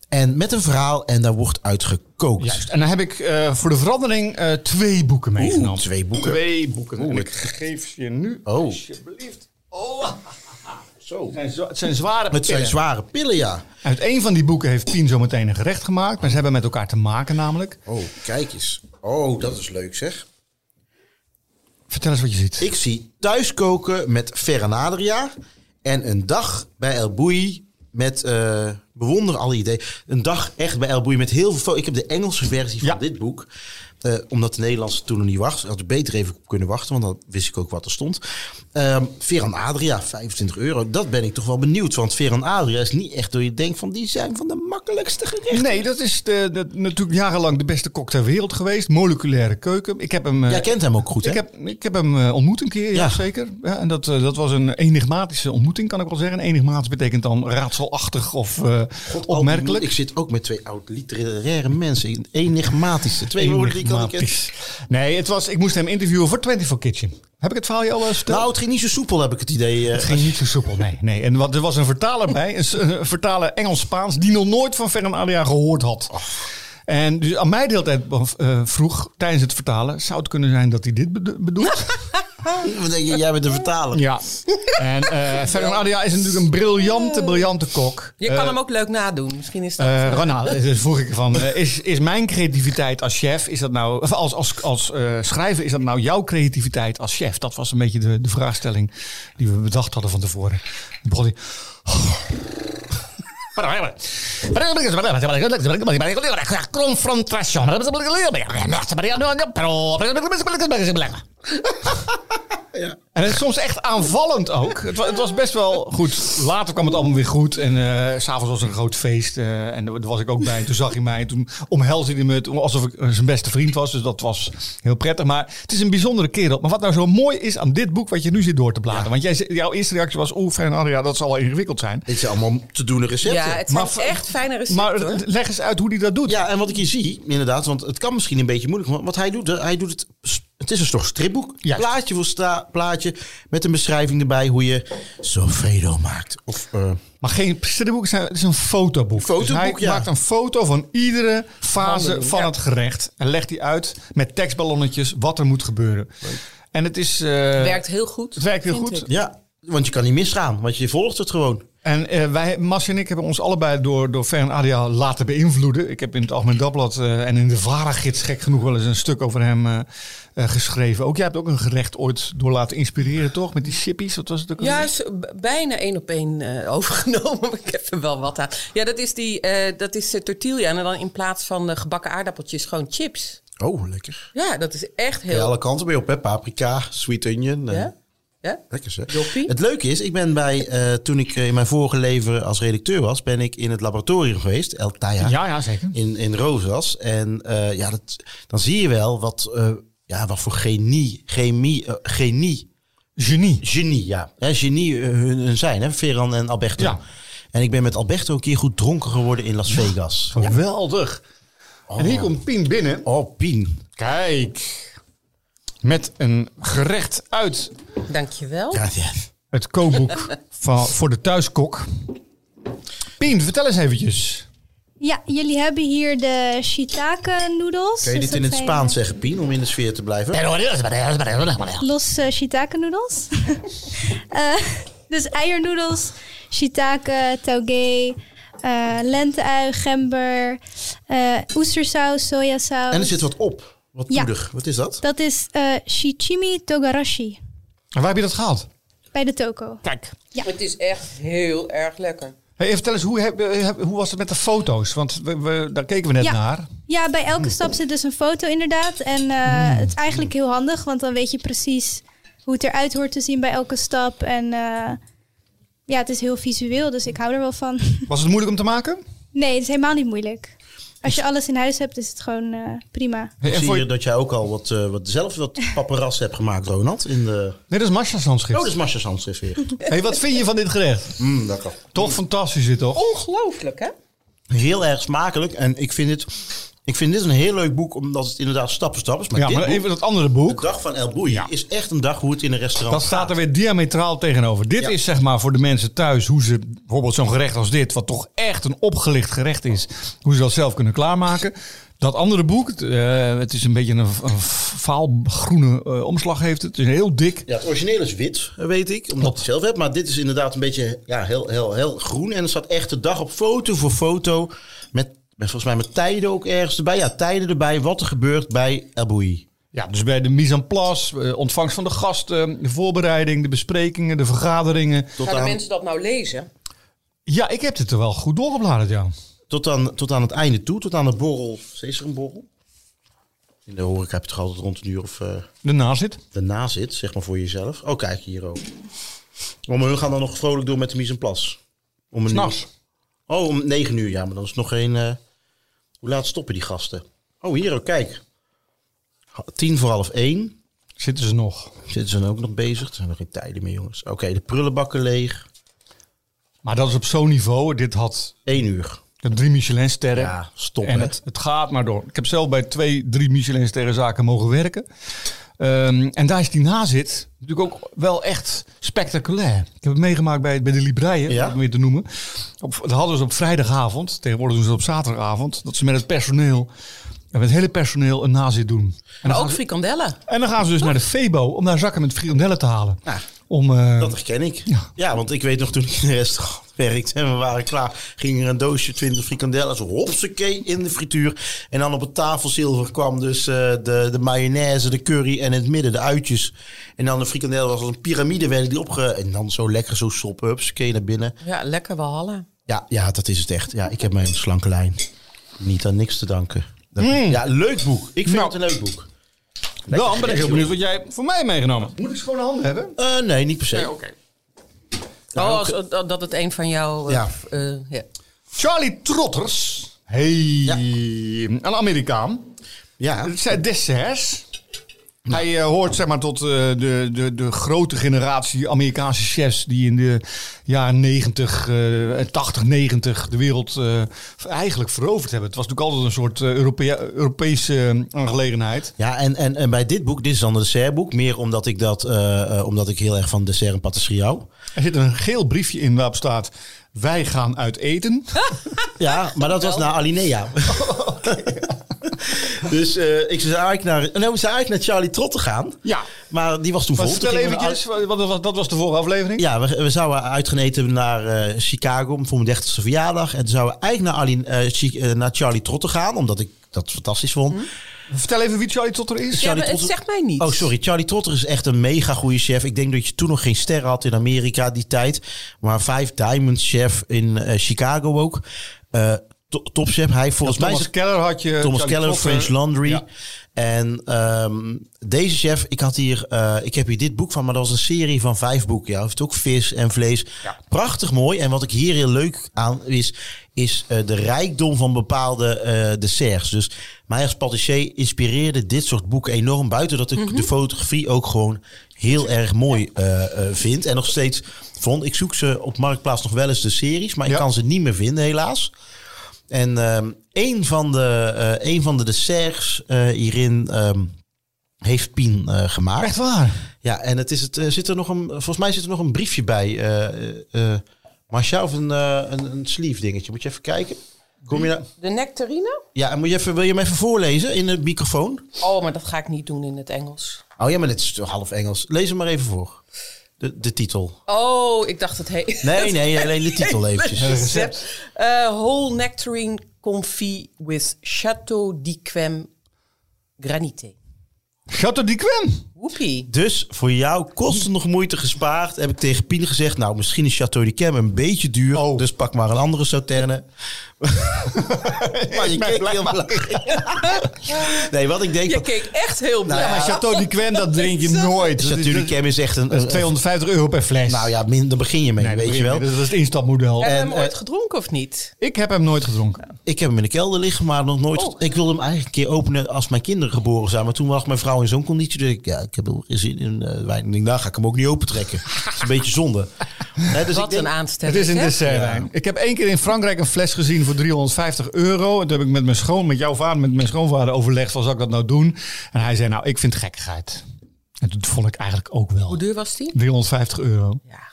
En met een verhaal. En daar wordt uitgekookt. Juist. En dan heb ik eh, voor de verandering eh, twee boeken meegenomen. twee boeken. Twee boeken. en ik geef ze je nu Oh. alsjeblieft. [LAUGHS] Oh. Zo. Het zijn, zwa- het zijn zware Het zijn pillen. zware pillen, ja. Uit een van die boeken heeft Pien zometeen een gerecht gemaakt. Maar ze hebben met elkaar te maken namelijk. Oh, kijk eens. Oh, dat is leuk zeg. Vertel eens wat je ziet. Ik zie thuiskoken met Fer en Adria. En een dag bij El Boei met... eh, bewonder alle ideeën. Een dag echt bij El Boei met heel veel... fo- Ik heb de Engelse versie van Ja. dit boek. eh, omdat de Nederlandse toen nog niet was. Had ik beter even op kunnen wachten. Want dan wist ik ook wat er stond. Ehm Fer en Adria, 25 euro. Dat ben ik toch wel benieuwd. Want Fer en Adria is niet echt door je denkt van... Die zijn van de makkelijkste gerechten. Nee, dat is de, de- natuurlijk jarenlang de beste kok ter wereld geweest. Moleculaire keuken. Ik heb hem... eh, Jij kent hem ook goed, hè? ik heb, ik heb hem eh, ontmoet een keer, ja, Ja. zeker. Ja, en dat, eh, dat was een enigmatische ontmoeting, kan ik wel zeggen. En enigmatisch betekent dan raadselachtig of eh, opmerkelijk. Ik zit ook met twee oud-literaire mensen. Enigmatische. Twee woorden die ik al niet ken. Enigmatisch. Nee, het was, ik moest hem interviewen voor 24 Kitchen. Heb ik het verhaal je al eens verteld? Nou, het ging niet zo soepel, heb ik het idee. eh. Het [LAUGHS] ging niet zo soepel, nee. nee. En wat, er was een vertaler bij, een, s- een vertaler Engels-Spaans, die nog nooit van Ferran Alia gehoord had. Oh. En dus aan mij de hele tijd eh, vroeg tijdens het vertalen: zou het kunnen zijn dat hij dit bedo- bedoelt? Wat denk je, jij bent de vertaler. ja. En eh Ferran Alia is natuurlijk een briljante, briljante kok. Je Eh, kan hem ook leuk nadoen. Misschien is dat... Eh Ronald, dus vroeg ik van, eh, is, is mijn creativiteit als chef, is dat nou, of als, als, als eh, schrijver, is dat nou jouw creativiteit als chef? Dat was een beetje de, de vraagstelling die we bedacht hadden van tevoren. Dan [LAUGHS] begon hij... "Oh." Confrontation. En het is soms echt aanvallend ook. Het was, het was best wel goed. Later kwam het allemaal weer goed. En eh, s s'avonds was er een groot feest. eh, en daar was ik ook bij. En toen zag hij mij. En toen omhelsde hij me. toen alsof ik eh, zijn beste vriend was. Dus dat was heel prettig. Maar het is een bijzondere kerel. Maar wat nou zo mooi is aan dit boek wat je nu zit door te bladeren. Want jij, zei- jouw eerste reactie was... Oeh, Fernanda, ja, dat zal wel ingewikkeld zijn. Dit zijn allemaal te doen recepten. ja, Ja, het zijn maar- echt fijne recepten. Maar hoor. leg eens uit hoe hij dat doet. en wat ik hier zie, inderdaad, want het kan misschien een beetje moeilijk. Want wat hij doet, hij doet het... Het is een soort stripboek. Juist. Plaatje voor sta, plaatje. Met een beschrijving erbij hoe je Sofredo maakt. Of eh, Maar geen stripboek, het is een- het is een fotoboek. Fotoboek, dus hij ja. maakt een foto van iedere fase Handeling, van ja. het gerecht. En legt die uit met tekstballonnetjes wat er moet gebeuren. En het is... eh, Het werkt heel goed. het werkt heel vind goed. ik. ja, want je kan niet misgaan. Want je volgt het gewoon. En eh, wij, Mas en ik hebben ons allebei door, door Fern Adia laten beïnvloeden. Ik heb in het Algemeen Dagblad eh, en in de Vara-gids gek genoeg wel eens een stuk over hem eh, eh, geschreven. Ook jij hebt ook een gerecht ooit door laten inspireren, toch? Met die sippies, wat was het ook? alweer? Ja, is eh, b- bijna één op één eh, [LAUGHS] overgenomen. Maar ik heb er wel wat aan. Ja, dat is, die, eh, dat is eh, tortilla. En dan in plaats van eh, gebakken aardappeltjes gewoon chips. Oh, lekker. Ja, dat is echt Ja, heel... alle kanten mee op, hè. Paprika, sweet onion. eh, Ja? Ja? Lekker zeg. Joppie. Het leuke is, ik ben bij, eh, toen ik eh, in mijn vorige leven als redacteur was, ben ik in het laboratorium geweest, El Taya, ja, ja, zeker. in, in Rozas. En eh, ja, dat, dan zie je wel wat, eh, ja, wat voor genie, chemie, eh, genie, Genie. genie, ja. Hè, genie eh, hun, hun zijn, hè, Ferran en Alberto. Ja. En ik ben met Alberto een keer goed dronken geworden in Las Vegas. Geweldig. En hier komt Pien binnen. Oh, Pien. Kijk. Met een gerecht uit Dankjewel. Ja, ja. het [LAUGHS] kookboek van, voor de thuiskok. Pien, vertel eens eventjes. Ja, jullie hebben hier de shiitake noedels. Kun je Dus dit in dat het zijn, Spaans zeggen, Pien, om in de sfeer te blijven? eh, Los eh, [LAUGHS] shiitake noedels. [LAUGHS] Eh, dus eiernoedels, shiitake, tauge, eh lente-ui, gember, eh, oestersaus, sojasaus. En er zit wat op. Wat Ja. poeder. Wat is dat? Dat is eh shichimi togarashi En waar heb je dat gehaald? bij de toko. Kijk. Het is echt heel erg lekker. Hey, even vertel eens, hoe, heb, eh, heb- hoe was het met de foto's? Want we, we- daar keken we net Ja. naar. Ja, bij elke stap zit dus een foto inderdaad. En eh, het is eigenlijk heel handig, want dan weet je precies hoe het eruit hoort te zien bij elke stap. En eh, ja, het is heel visueel, dus ik hou er wel van. [LAUGHS] Was het moeilijk om te maken? Nee, het is helemaal niet moeilijk. Als je alles in huis hebt, is het gewoon eh, prima. Hey, en zie voor- je dat jij ook al wat, eh, wat zelf [LAUGHS] wat paparazzen hebt gemaakt, Ronald. In de... Nee, dat is Marcia's Oh, handschrift. dat is Masha [LAUGHS] Sandschrift weer. hey, wat vind je van dit gerecht? Mm, lekker. Toch fantastisch dit, Oh, toch? Ongelooflijk, hè? Heel erg smakelijk. En ik vind, het, ik vind dit een heel leuk boek, omdat het inderdaad stap voor stap is. Maar, ja, dit maar boek, even dat andere de boek. dag van El Bouy, is echt een dag hoe het in een restaurant Dat staat er weer diametraal tegenover. Dit Oh, Ja. is zeg maar voor de mensen thuis hoe ze bijvoorbeeld zo'n gerecht als dit, wat toch echt een opgelicht gerecht is, hoe ze dat zelf kunnen klaarmaken. Dat andere boek, het, eh, het is een beetje een, een vaalgroene eh, omslag heeft het. Het is heel dik. Ja, het origineel is wit, weet ik, omdat ik het zelf heb. Maar dit is inderdaad een beetje ja, heel, heel, heel groen. En er staat echt de dag op foto voor foto. Met, met volgens mij met tijden ook ergens erbij. Ja, tijden erbij. Wat er gebeurt bij Aboui. Ja, dus bij de mise en place, eh, ontvangst van de gasten, de voorbereiding, de besprekingen, de vergaderingen. Tot Gaan de aan, mensen dat nou lezen? Ja, ik heb dit er wel goed doorgebladerd, ja. tot, aan, tot aan het einde toe. Tot aan de borrel. Is er een borrel? In de horeca heb je toch altijd rond een uur of eh, Daarna zit. daarna zit. Zeg maar voor jezelf. Oh, kijk hier ook. Oh, Maar hun gaan dan nog vrolijk door met de mise en place. Om een S'nachts. uur. Oh, om negen uur. Ja, maar dan is nog geen... eh, hoe laat stoppen die gasten? Oh, hier ook, kijk. Ha- Tien voor half één. Zitten ze nog. Zitten ze dan ook nog bezig? Er zijn nog geen tijden meer, jongens. Oké, de prullenbakken leeg. Maar dat is op zo'n niveau. Dit had Eén uur. de drie Michelin-sterren. Ja, stop, En hè. het, het gaat maar door. Ik heb zelf bij twee, drie Michelin-sterren zaken mogen werken. Ehm, en daar is die nazit natuurlijk ook wel echt spectaculair. Ik heb het meegemaakt bij, bij de Libraïen, Ja? om het meer te noemen. Op, dat hadden ze op vrijdagavond, tegenwoordig doen ze dat op zaterdagavond, dat ze met het personeel, en met het hele personeel, een nazit doen. En Maar dan, ook gaan ze, frikandellen. en dan gaan ze dus naar de Febo om daar zakken met frikandellen te halen. Ja. Om, eh, Dat herken ik. Ja. Ja. want ik weet nog toen ik in een restaurant [LAUGHS] werkte en we waren klaar. Ging er een doosje 20 frikandellen, zo hopsakee in de frituur. En dan op het tafelzilver kwam dus eh, de, de mayonaise, de curry en in het midden de uitjes. En dan de frikandellen was als een piramide werden die opge... En dan zo lekker zo soppen, hupsakee naar binnen. Ja, lekker wallen. Ja, ja, dat is het echt. Ja, ik heb mijn slanke lijn. Niet aan niks te danken. Dat- Ja, leuk boek. Ik vind Hmm. Nou. het een leuk boek. dan ben ik gerecht, heel joh. benieuwd wat jij hebt voor mij hebt meegenomen. Moet ik schone handen hebben? Eh, nee, niet per se. oh, als, dat dat het een van jou... eh, Ja. f- eh, ja. Charlie Trotters. Hey, een Amerikaan. Ja, Het zijn desserts. Hij eh, hoort zeg maar tot eh, de, de, de grote generatie Amerikaanse chefs die in de jaren 90, eh, en 80, 90 de wereld eh, eigenlijk veroverd hebben. Het was natuurlijk altijd een soort eh, Europea- Europese eh, aangelegenheid. Ja, en, en, en bij dit boek, dit is dan een dessertboek. Meer omdat ik dat, eh, eh, omdat ik heel erg van dessert en patisserie hou. Er zit een geel briefje in waarop staat: Wij gaan uit eten. Ja, maar dat was naar [LAUGHS] Alinea. Oh, [LAUGHS] dus eh, ik zou eigenlijk naar, nou, we zouden eigenlijk naar Charlie Trot te gaan. ja, Maar die was toen maar vol. vertel Toen gingen we naar eventjes, want dat was- dat was de vorige aflevering. Ja, we, we zouden uitgeneten naar eh, Chicago voor mijn 30ste verjaardag. En toen zouden we eigenlijk naar, Aline, eh, Chi- eh, naar Charlie Trotten gaan, omdat ik dat fantastisch vond. Mhm. Vertel even wie Charlie Trotter is. Ja, maar het Trotter- zegt mij niets. Oh, sorry. Charlie Trotter is echt een mega goede chef. Ik denk dat je toen nog geen sterren had in Amerika die tijd. Maar vijf Diamond Chef in eh, Chicago ook. Eh to- top chef. Hij volgens mij is Thomas het Keller had je. Thomas Charlie Keller, Trotter. French Laundry. Ja. En ehm, deze chef, ik, had hier, eh, ik heb hier dit boek van, maar dat was een serie van vijf boeken. Ja, Hij heeft ook vis en vlees. Prachtig mooi. En wat ik hier heel leuk aan is, is eh, de rijkdom van bepaalde eh, desserts. Dus mij als patissier inspireerde dit soort boeken enorm. Buiten dat ik de fotografie ook gewoon heel erg mooi eh, eh, vind. En nog steeds vond. Ik zoek ze op Marktplaats nog wel eens de series, maar Ja. ik kan ze niet meer vinden helaas. En ehm een, van de, eh, een van de desserts eh, hierin ehm, heeft Pien eh, gemaakt. Echt waar. Ja, en het is het, eh, zit er nog een, volgens mij zit er nog een briefje bij. eh eh, eh, Marcia, of een, eh, een, een sleeve dingetje. Moet je even kijken. Kom je nou- De nectarine? ja, en moet je even, wil je hem even voorlezen in de microfoon? Oh, maar dat ga ik niet doen in het Engels. Oh ja, maar dit is toch half Engels. Lees hem maar even voor. De, de titel. Oh, ik dacht het heet... Nee, nee, alleen de [LAUGHS] titel eventjes. recept. Eh, whole nectarine confit with Chateau d'Yquem granité. Chateau d'Yquem. Hoepie. Dus voor jou kosten nog moeite gespaard. Heb ik tegen Pien gezegd, nou misschien is Chateau de Cam een beetje duur. Dus pak maar een andere sauterne. maar je keek heel blij. nee, wat ik denk... Je van- keek echt heel Nou blij. Ja, maar Chateau du Quen, [LAUGHS] dat drink je nooit. Dat is- Chateau de dat- Cam is echt een... dat is een- 250 euro per fles. nou ja, min, daar begin je mee, Nee, weet je wel. Dat is het instapmodel. Heb je en, hem ooit eh, gedronken of niet? Ik heb hem nooit gedronken. Ik heb hem in de kelder liggen, maar nog nooit. Oh. Ik wilde hem eigenlijk een keer openen als mijn kinderen geboren zijn. Maar toen was mijn vrouw in zo'n conditie. Dus ik, ja, ik heb wel geen zin in eh wijn. Ik denk, nou ga ik hem ook niet opentrekken. Dat is een beetje zonde. Hè, dus ik Wat denk- een aanstelling. Het is een hè? dessertwijn. Ik heb één keer in Frankrijk een fles gezien voor 350 euro. En toen heb ik met mijn schoon, met jouw vader, met mijn schoonvader overlegd van, zal ik dat nou doen? En hij zei, nou, ik vind gekkigheid. En dat vond ik eigenlijk ook Hoe wel. duur was die? 350 euro. Ja.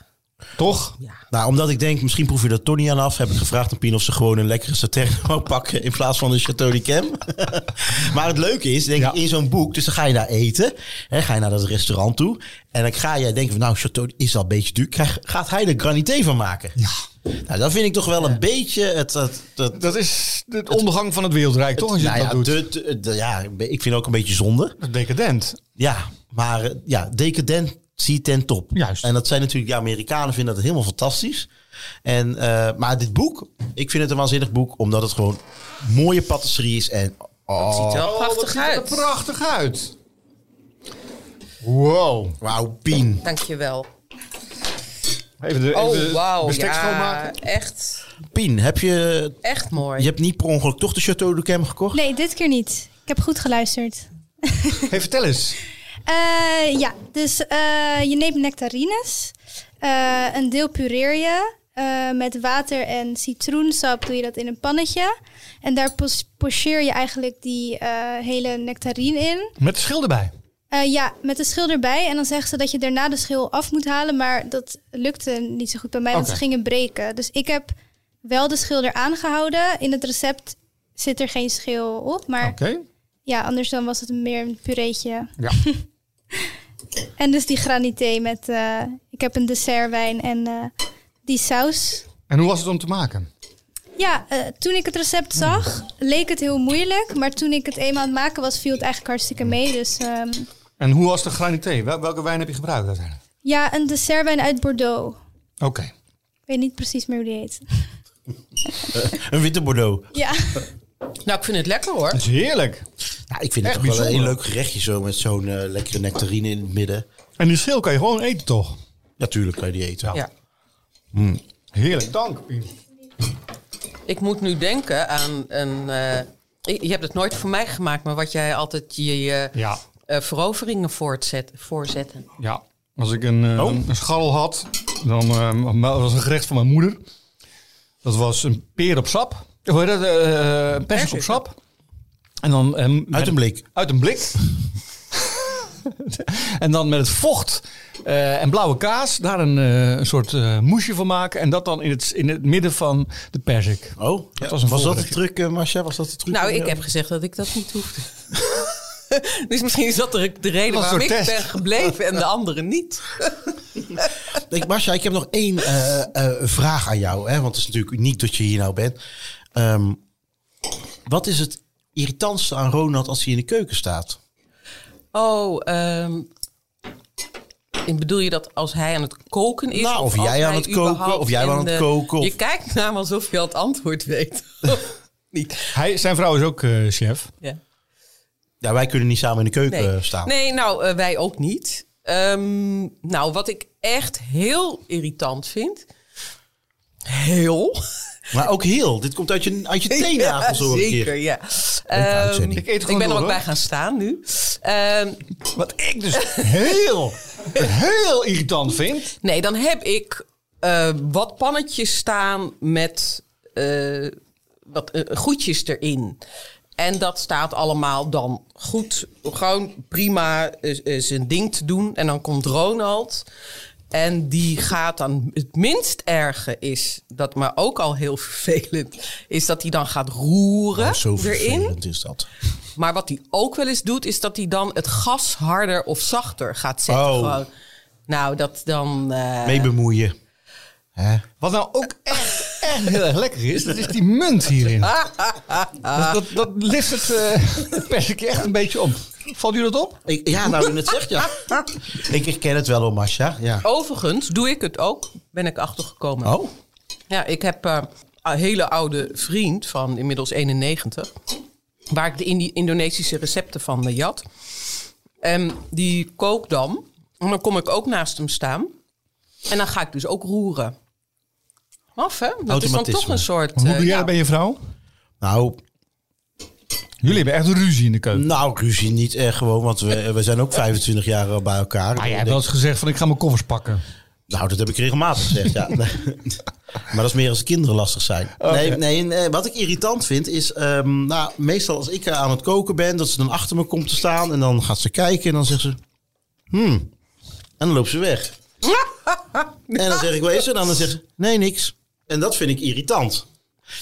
Toch? Nou, omdat ik denk, misschien proef je dat toch niet aan af. Heb ik gevraagd aan Pien of ze gewoon een lekkere sauterne [LAUGHS] wou pakken. In plaats van een Chateau de Cam. [LAUGHS] maar het leuke is, denk Ja. ik, in zo'n boek. Dus dan ga je daar eten. Hè, ga je naar dat restaurant toe. En dan ga jij denken van, nou, Chateau is al een beetje duur. Krijg- gaat hij er granité van maken? Ja. Nou, dat vind ik toch wel een beetje het... het, het Dat is de ondergang van het wereldrijk, toch? Als je nou dat ja, doet. de- de- de- ja, ik vind ook een beetje zonde. Decadent. Ja, maar eh, ja, decadentie ten top. Juist. En dat zijn natuurlijk, de Amerikanen vinden dat helemaal fantastisch. En, eh, maar dit boek, ik vind het een waanzinnig boek, omdat het gewoon mooie patisserie is. En Het oh, ziet er wel dat prachtig ziet er uit. prachtig uit. Wow. wauw, Pien. Dankjewel. Even de, even Oh, de wauw. bestek Ja, schoonmaken. echt, Pien, heb je, echt mooi. je hebt niet per ongeluk toch de Chateau de Cam gekocht? Nee, dit keer niet. Ik heb goed geluisterd. Hey, vertel eens. [LAUGHS] Eh, ja, dus eh, je neemt nectarines. Eh, een deel pureer je. Eh, met water en citroensap doe je dat in een pannetje. En daar pos- pocheer je eigenlijk die eh, hele nectarine in. Met de schil erbij. Eh, ja, met de schil erbij. En dan zegt ze dat je daarna de schil af moet halen. Maar dat lukte niet zo goed bij mij, want Oké. ze gingen breken. Dus ik heb wel de schil eraan gehouden. In het recept zit er geen schil op. Maar Oké. ja, anders dan was het meer een pureetje. Ja. [LAUGHS] en dus die granité met... eh, ik heb een dessertwijn en eh, die saus. En hoe was het om te maken? Ja, eh, toen ik het recept zag, leek het heel moeilijk. Maar toen ik het eenmaal aan het maken was, viel het eigenlijk hartstikke mee. Dus ehm, En hoe was de granité? Wel- Welke wijn heb je gebruikt uiteindelijk? ja, een dessertwijn uit Bordeaux. Oké. Ik weet niet precies meer hoe die heet. [LAUGHS] Een witte Bordeaux. Ja, Nou, ik vind het lekker hoor. Dat is heerlijk. Nou, ik vind Echt het toch wel een heel bijzonder. leuk gerechtje zo met zo'n eh, lekkere nectarine in het midden. En die schil kan je gewoon eten, toch? Natuurlijk kan je die eten. Ja. Heerlijk. Dank, Pien. Ik moet nu denken aan een... eh, ik- je hebt het nooit voor mij gemaakt, maar wat jij altijd je eh, Ja. eh, veroveringen voortzet, voorzetten. Ja. Als ik een, eh, Oh. een scharrel had, dan eh, dat was een gerecht van mijn moeder. Dat was een peer op sap. Hoe heet dat? Eh, eh, perzik op Perzik, sap. En dan, eh, met- Uit een blik. Uit een blik. [LAUGHS] en dan met het vocht eh, en blauwe kaas daar een, eh, een soort eh, moesje van maken. En dat dan in het, in het midden van de perzik. Oh, ja. was een was dat de voorgerechtje. truc, eh, Marcia? Was dat de truc? Nou, van ik jou? heb gezegd dat ik dat niet hoefde. [LAUGHS] dus misschien is dat de, de reden Dat was een waarom ik soort test. ben gebleven en de anderen niet. Ik, Marcia, ik heb nog één eh, eh, vraag aan jou. Hè? Want het is natuurlijk uniek dat je hier nou bent. Ehm, wat is het irritantste aan Ronald als hij in de keuken staat? Oh, ehm, en bedoel je dat als hij aan het koken is? Nou, of als jij aan hij het koken, überhaupt of jij in aan het de- koken, of- Je kijkt naar hem alsof je al het antwoord weet. [LAUGHS] niet. Hij, zijn vrouw is ook eh, chef. Ja. Ja, wij kunnen niet samen in de keuken Nee. eh, staan. Nee, nou, eh, wij ook niet. Ehm, nou, wat ik echt heel irritant vind. Heel. Maar ook heel. Dit komt uit je, uit je [LAUGHS] teennagels hoor ik zeker, hier. ja. Leuke uitzending. Ehm, Ik eet ik gewoon ben door, er ook hoor. bij gaan staan nu. Ehm, Wat ik dus heel, [LAUGHS] heel irritant vind. nee, dan heb ik eh, wat pannetjes staan met eh, wat eh, goedjes erin. En dat staat allemaal dan goed, gewoon prima eh, eh, zijn ding te doen. En dan komt Ronald. En die gaat dan, het minst erge is, dat maar ook al heel [LAUGHS] vervelend, is dat hij dan gaat roeren Oh, zo erin. vervelend is dat. Maar wat hij ook wel eens doet, is dat hij dan het gas harder of zachter gaat zetten. Oh. Gewoon. Nou, dat dan. eh, Mee bemoeien. Hè? Wat nou ook echt echt heel erg lekker is, dat is die munt hierin. Dat, dat, dat lift het eh persikje echt een beetje op. Valt u dat op? Ik- ja, nou je het zegt, [LAUGHS] ja. ik herken het wel, hoor, Masha. Ja. Overigens doe ik het ook, ben ik achtergekomen. Oh. Ja, ik heb eh, een hele oude vriend van inmiddels 91. Waar ik de Indi- Indonesische recepten van eh, jat. En die kook dan. En dan kom ik ook naast hem staan. En dan ga ik dus ook roeren. Af, hè? Dat is dan Automatisme. toch een soort... Hoe eh, doe jij ja. dat bij je vrouw? Nou, Jullie hebben echt ruzie in de keuken. nou, ruzie niet eh, gewoon, want we, we zijn ook 25 jaar eh, bij elkaar. Maar Nou, jij hebt wel eens gezegd van ik ga mijn koffers pakken. Nou, dat heb ik regelmatig gezegd, ja. maar dat is meer als de kinderen lastig zijn. nee, nee, nee, wat ik irritant vind is... ehm, nou, meestal als ik eh, aan het koken ben... dat ze dan achter me komt te staan... en dan gaat ze kijken en dan zegt ze... Hmm. En dan loopt ze weg. en dan zeg ik, wat is er? En dan zegt ze, nee, niks. En dat vind ik irritant.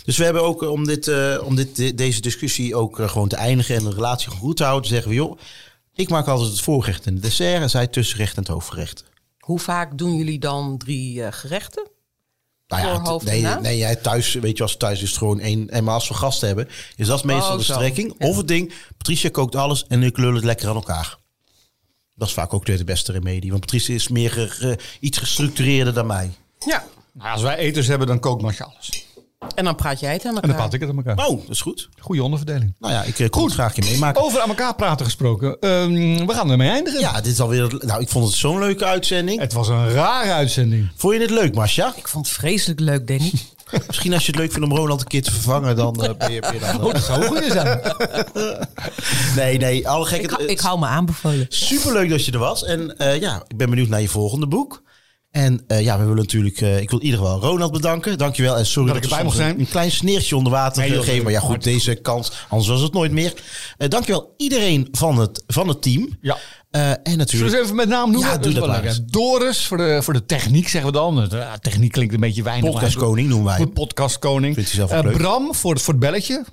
Dus we hebben ook, eh, om, dit, eh, om dit, de- deze discussie ook eh, gewoon te eindigen... en de relatie goed te houden, zeggen we... joh, ik maak altijd het voorgerecht en het dessert... en zij het tussenrecht en het hoofdgerecht. Hoe vaak doen jullie dan drie eh, gerechten? Nou ja, Voor t- hoofd en nee, naam? nee, jij thuis, weet je, als thuis is het gewoon één. En maar als we gasten hebben, is dat meestal Oh, de zo. strekking. Ja. Of het ding, Patricia kookt alles en ik lul het lekker aan elkaar. Dat is vaak ook weer de beste remedie. Want Patricia is meer ge- ge- iets gestructureerder dan mij. Ja. Nou, als wij eters hebben, dan kookt Marcia alles. En dan praat jij het aan En elkaar. dan praat ik het aan elkaar. Oh, dat is goed. Goede onderverdeling. Nou ja, ik eh, kon het graag je meemaken. Over aan elkaar praten gesproken. Ehm, we gaan ermee eindigen. Ja, dit is alweer... het- Nou, ik vond het zo'n leuke uitzending. Het was een rare uitzending. Vond je het leuk, Masja? Ik vond het vreselijk leuk, [LAUGHS] Danny. Misschien als je het leuk vindt om Roland een keer te vervangen, dan eh, ben je... Ben je [LAUGHS] dan, eh, Oh, dat zou een goede zijn. nee, nee, alle Ik, gekke... hou- ik hou me aanbevolen. Superleuk dat je er was. En eh, ja, ik ben benieuwd naar je volgende boek. En eh, ja, we willen natuurlijk, eh, ik wil in ieder geval Ronald bedanken. Dankjewel en sorry Dat ik we erbij soms mocht een- zijn. Een klein sneertje onder water eh, Nee, joh, geven. Maar ja, goed, deze kans, anders was het nooit meer. Eh, dankjewel iedereen van het, van het team. Ja. Eh, en Zullen natuurlijk, we eens even met naam noemen? Ja, doe is dat wel maar leuk, eens. hè? Doris voor de, voor de techniek, zeggen we dan. Eh, techniek klinkt een beetje weinig. maar- podcastkoning noemen wij Voor hem. podcastkoning. Vindt hij zelf ook Eh, leuk. Bram voor het, voor het belletje.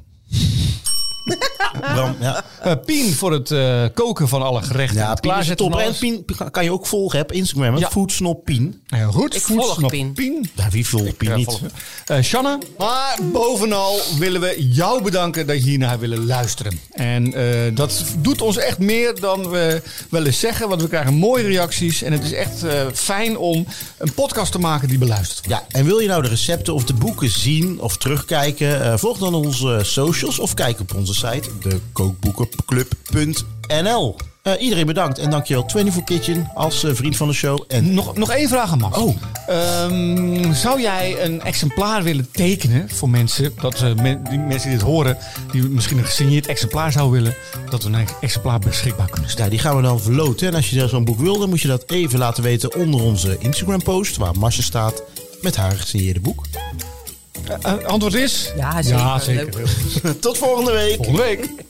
Bram, ja. Eh, Pien voor het eh, koken van alle gerechten. Ja, Het Pien is klaarzetten topper. van En alles. Pien kan je ook volgen hè, op Instagram. hè? Ja. Foodsnop Pien. Heel goed. Ik volg Voetsnop Pien. Pien. Ja, wie volgt Pien Ja, niet? volg me. Eh, Shanna, maar bovenal willen we jou bedanken dat je hiernaar willen luisteren. En eh, dat doet ons echt meer dan we wel eens zeggen, want we krijgen mooie reacties. En het is echt eh, fijn om een podcast te maken die beluisterd wordt. Ja, en wil je nou de recepten of de boeken zien of terugkijken? eh, volg dan onze socials of kijk op onze site dekookboekenclub.nl. Eh, iedereen bedankt en dankjewel 24 Kitchen als eh, vriend van de show. En Nog, nog één vraag aan Max. Oh. Ehm, zou jij een exemplaar willen tekenen voor mensen? Dat eh, men- die mensen die dit horen, die misschien een gesigneerd exemplaar zouden willen, dat we een exemplaar beschikbaar kunnen stellen. ja, die gaan we dan verloten. En als je daar zo'n boek wil, dan moet je dat even laten weten onder onze Instagram post. Waar Masje staat met haar gesigneerde boek. Eh, eh, antwoord is? Ja, zeker. Ja, zeker. Tot volgende week. Volgende week.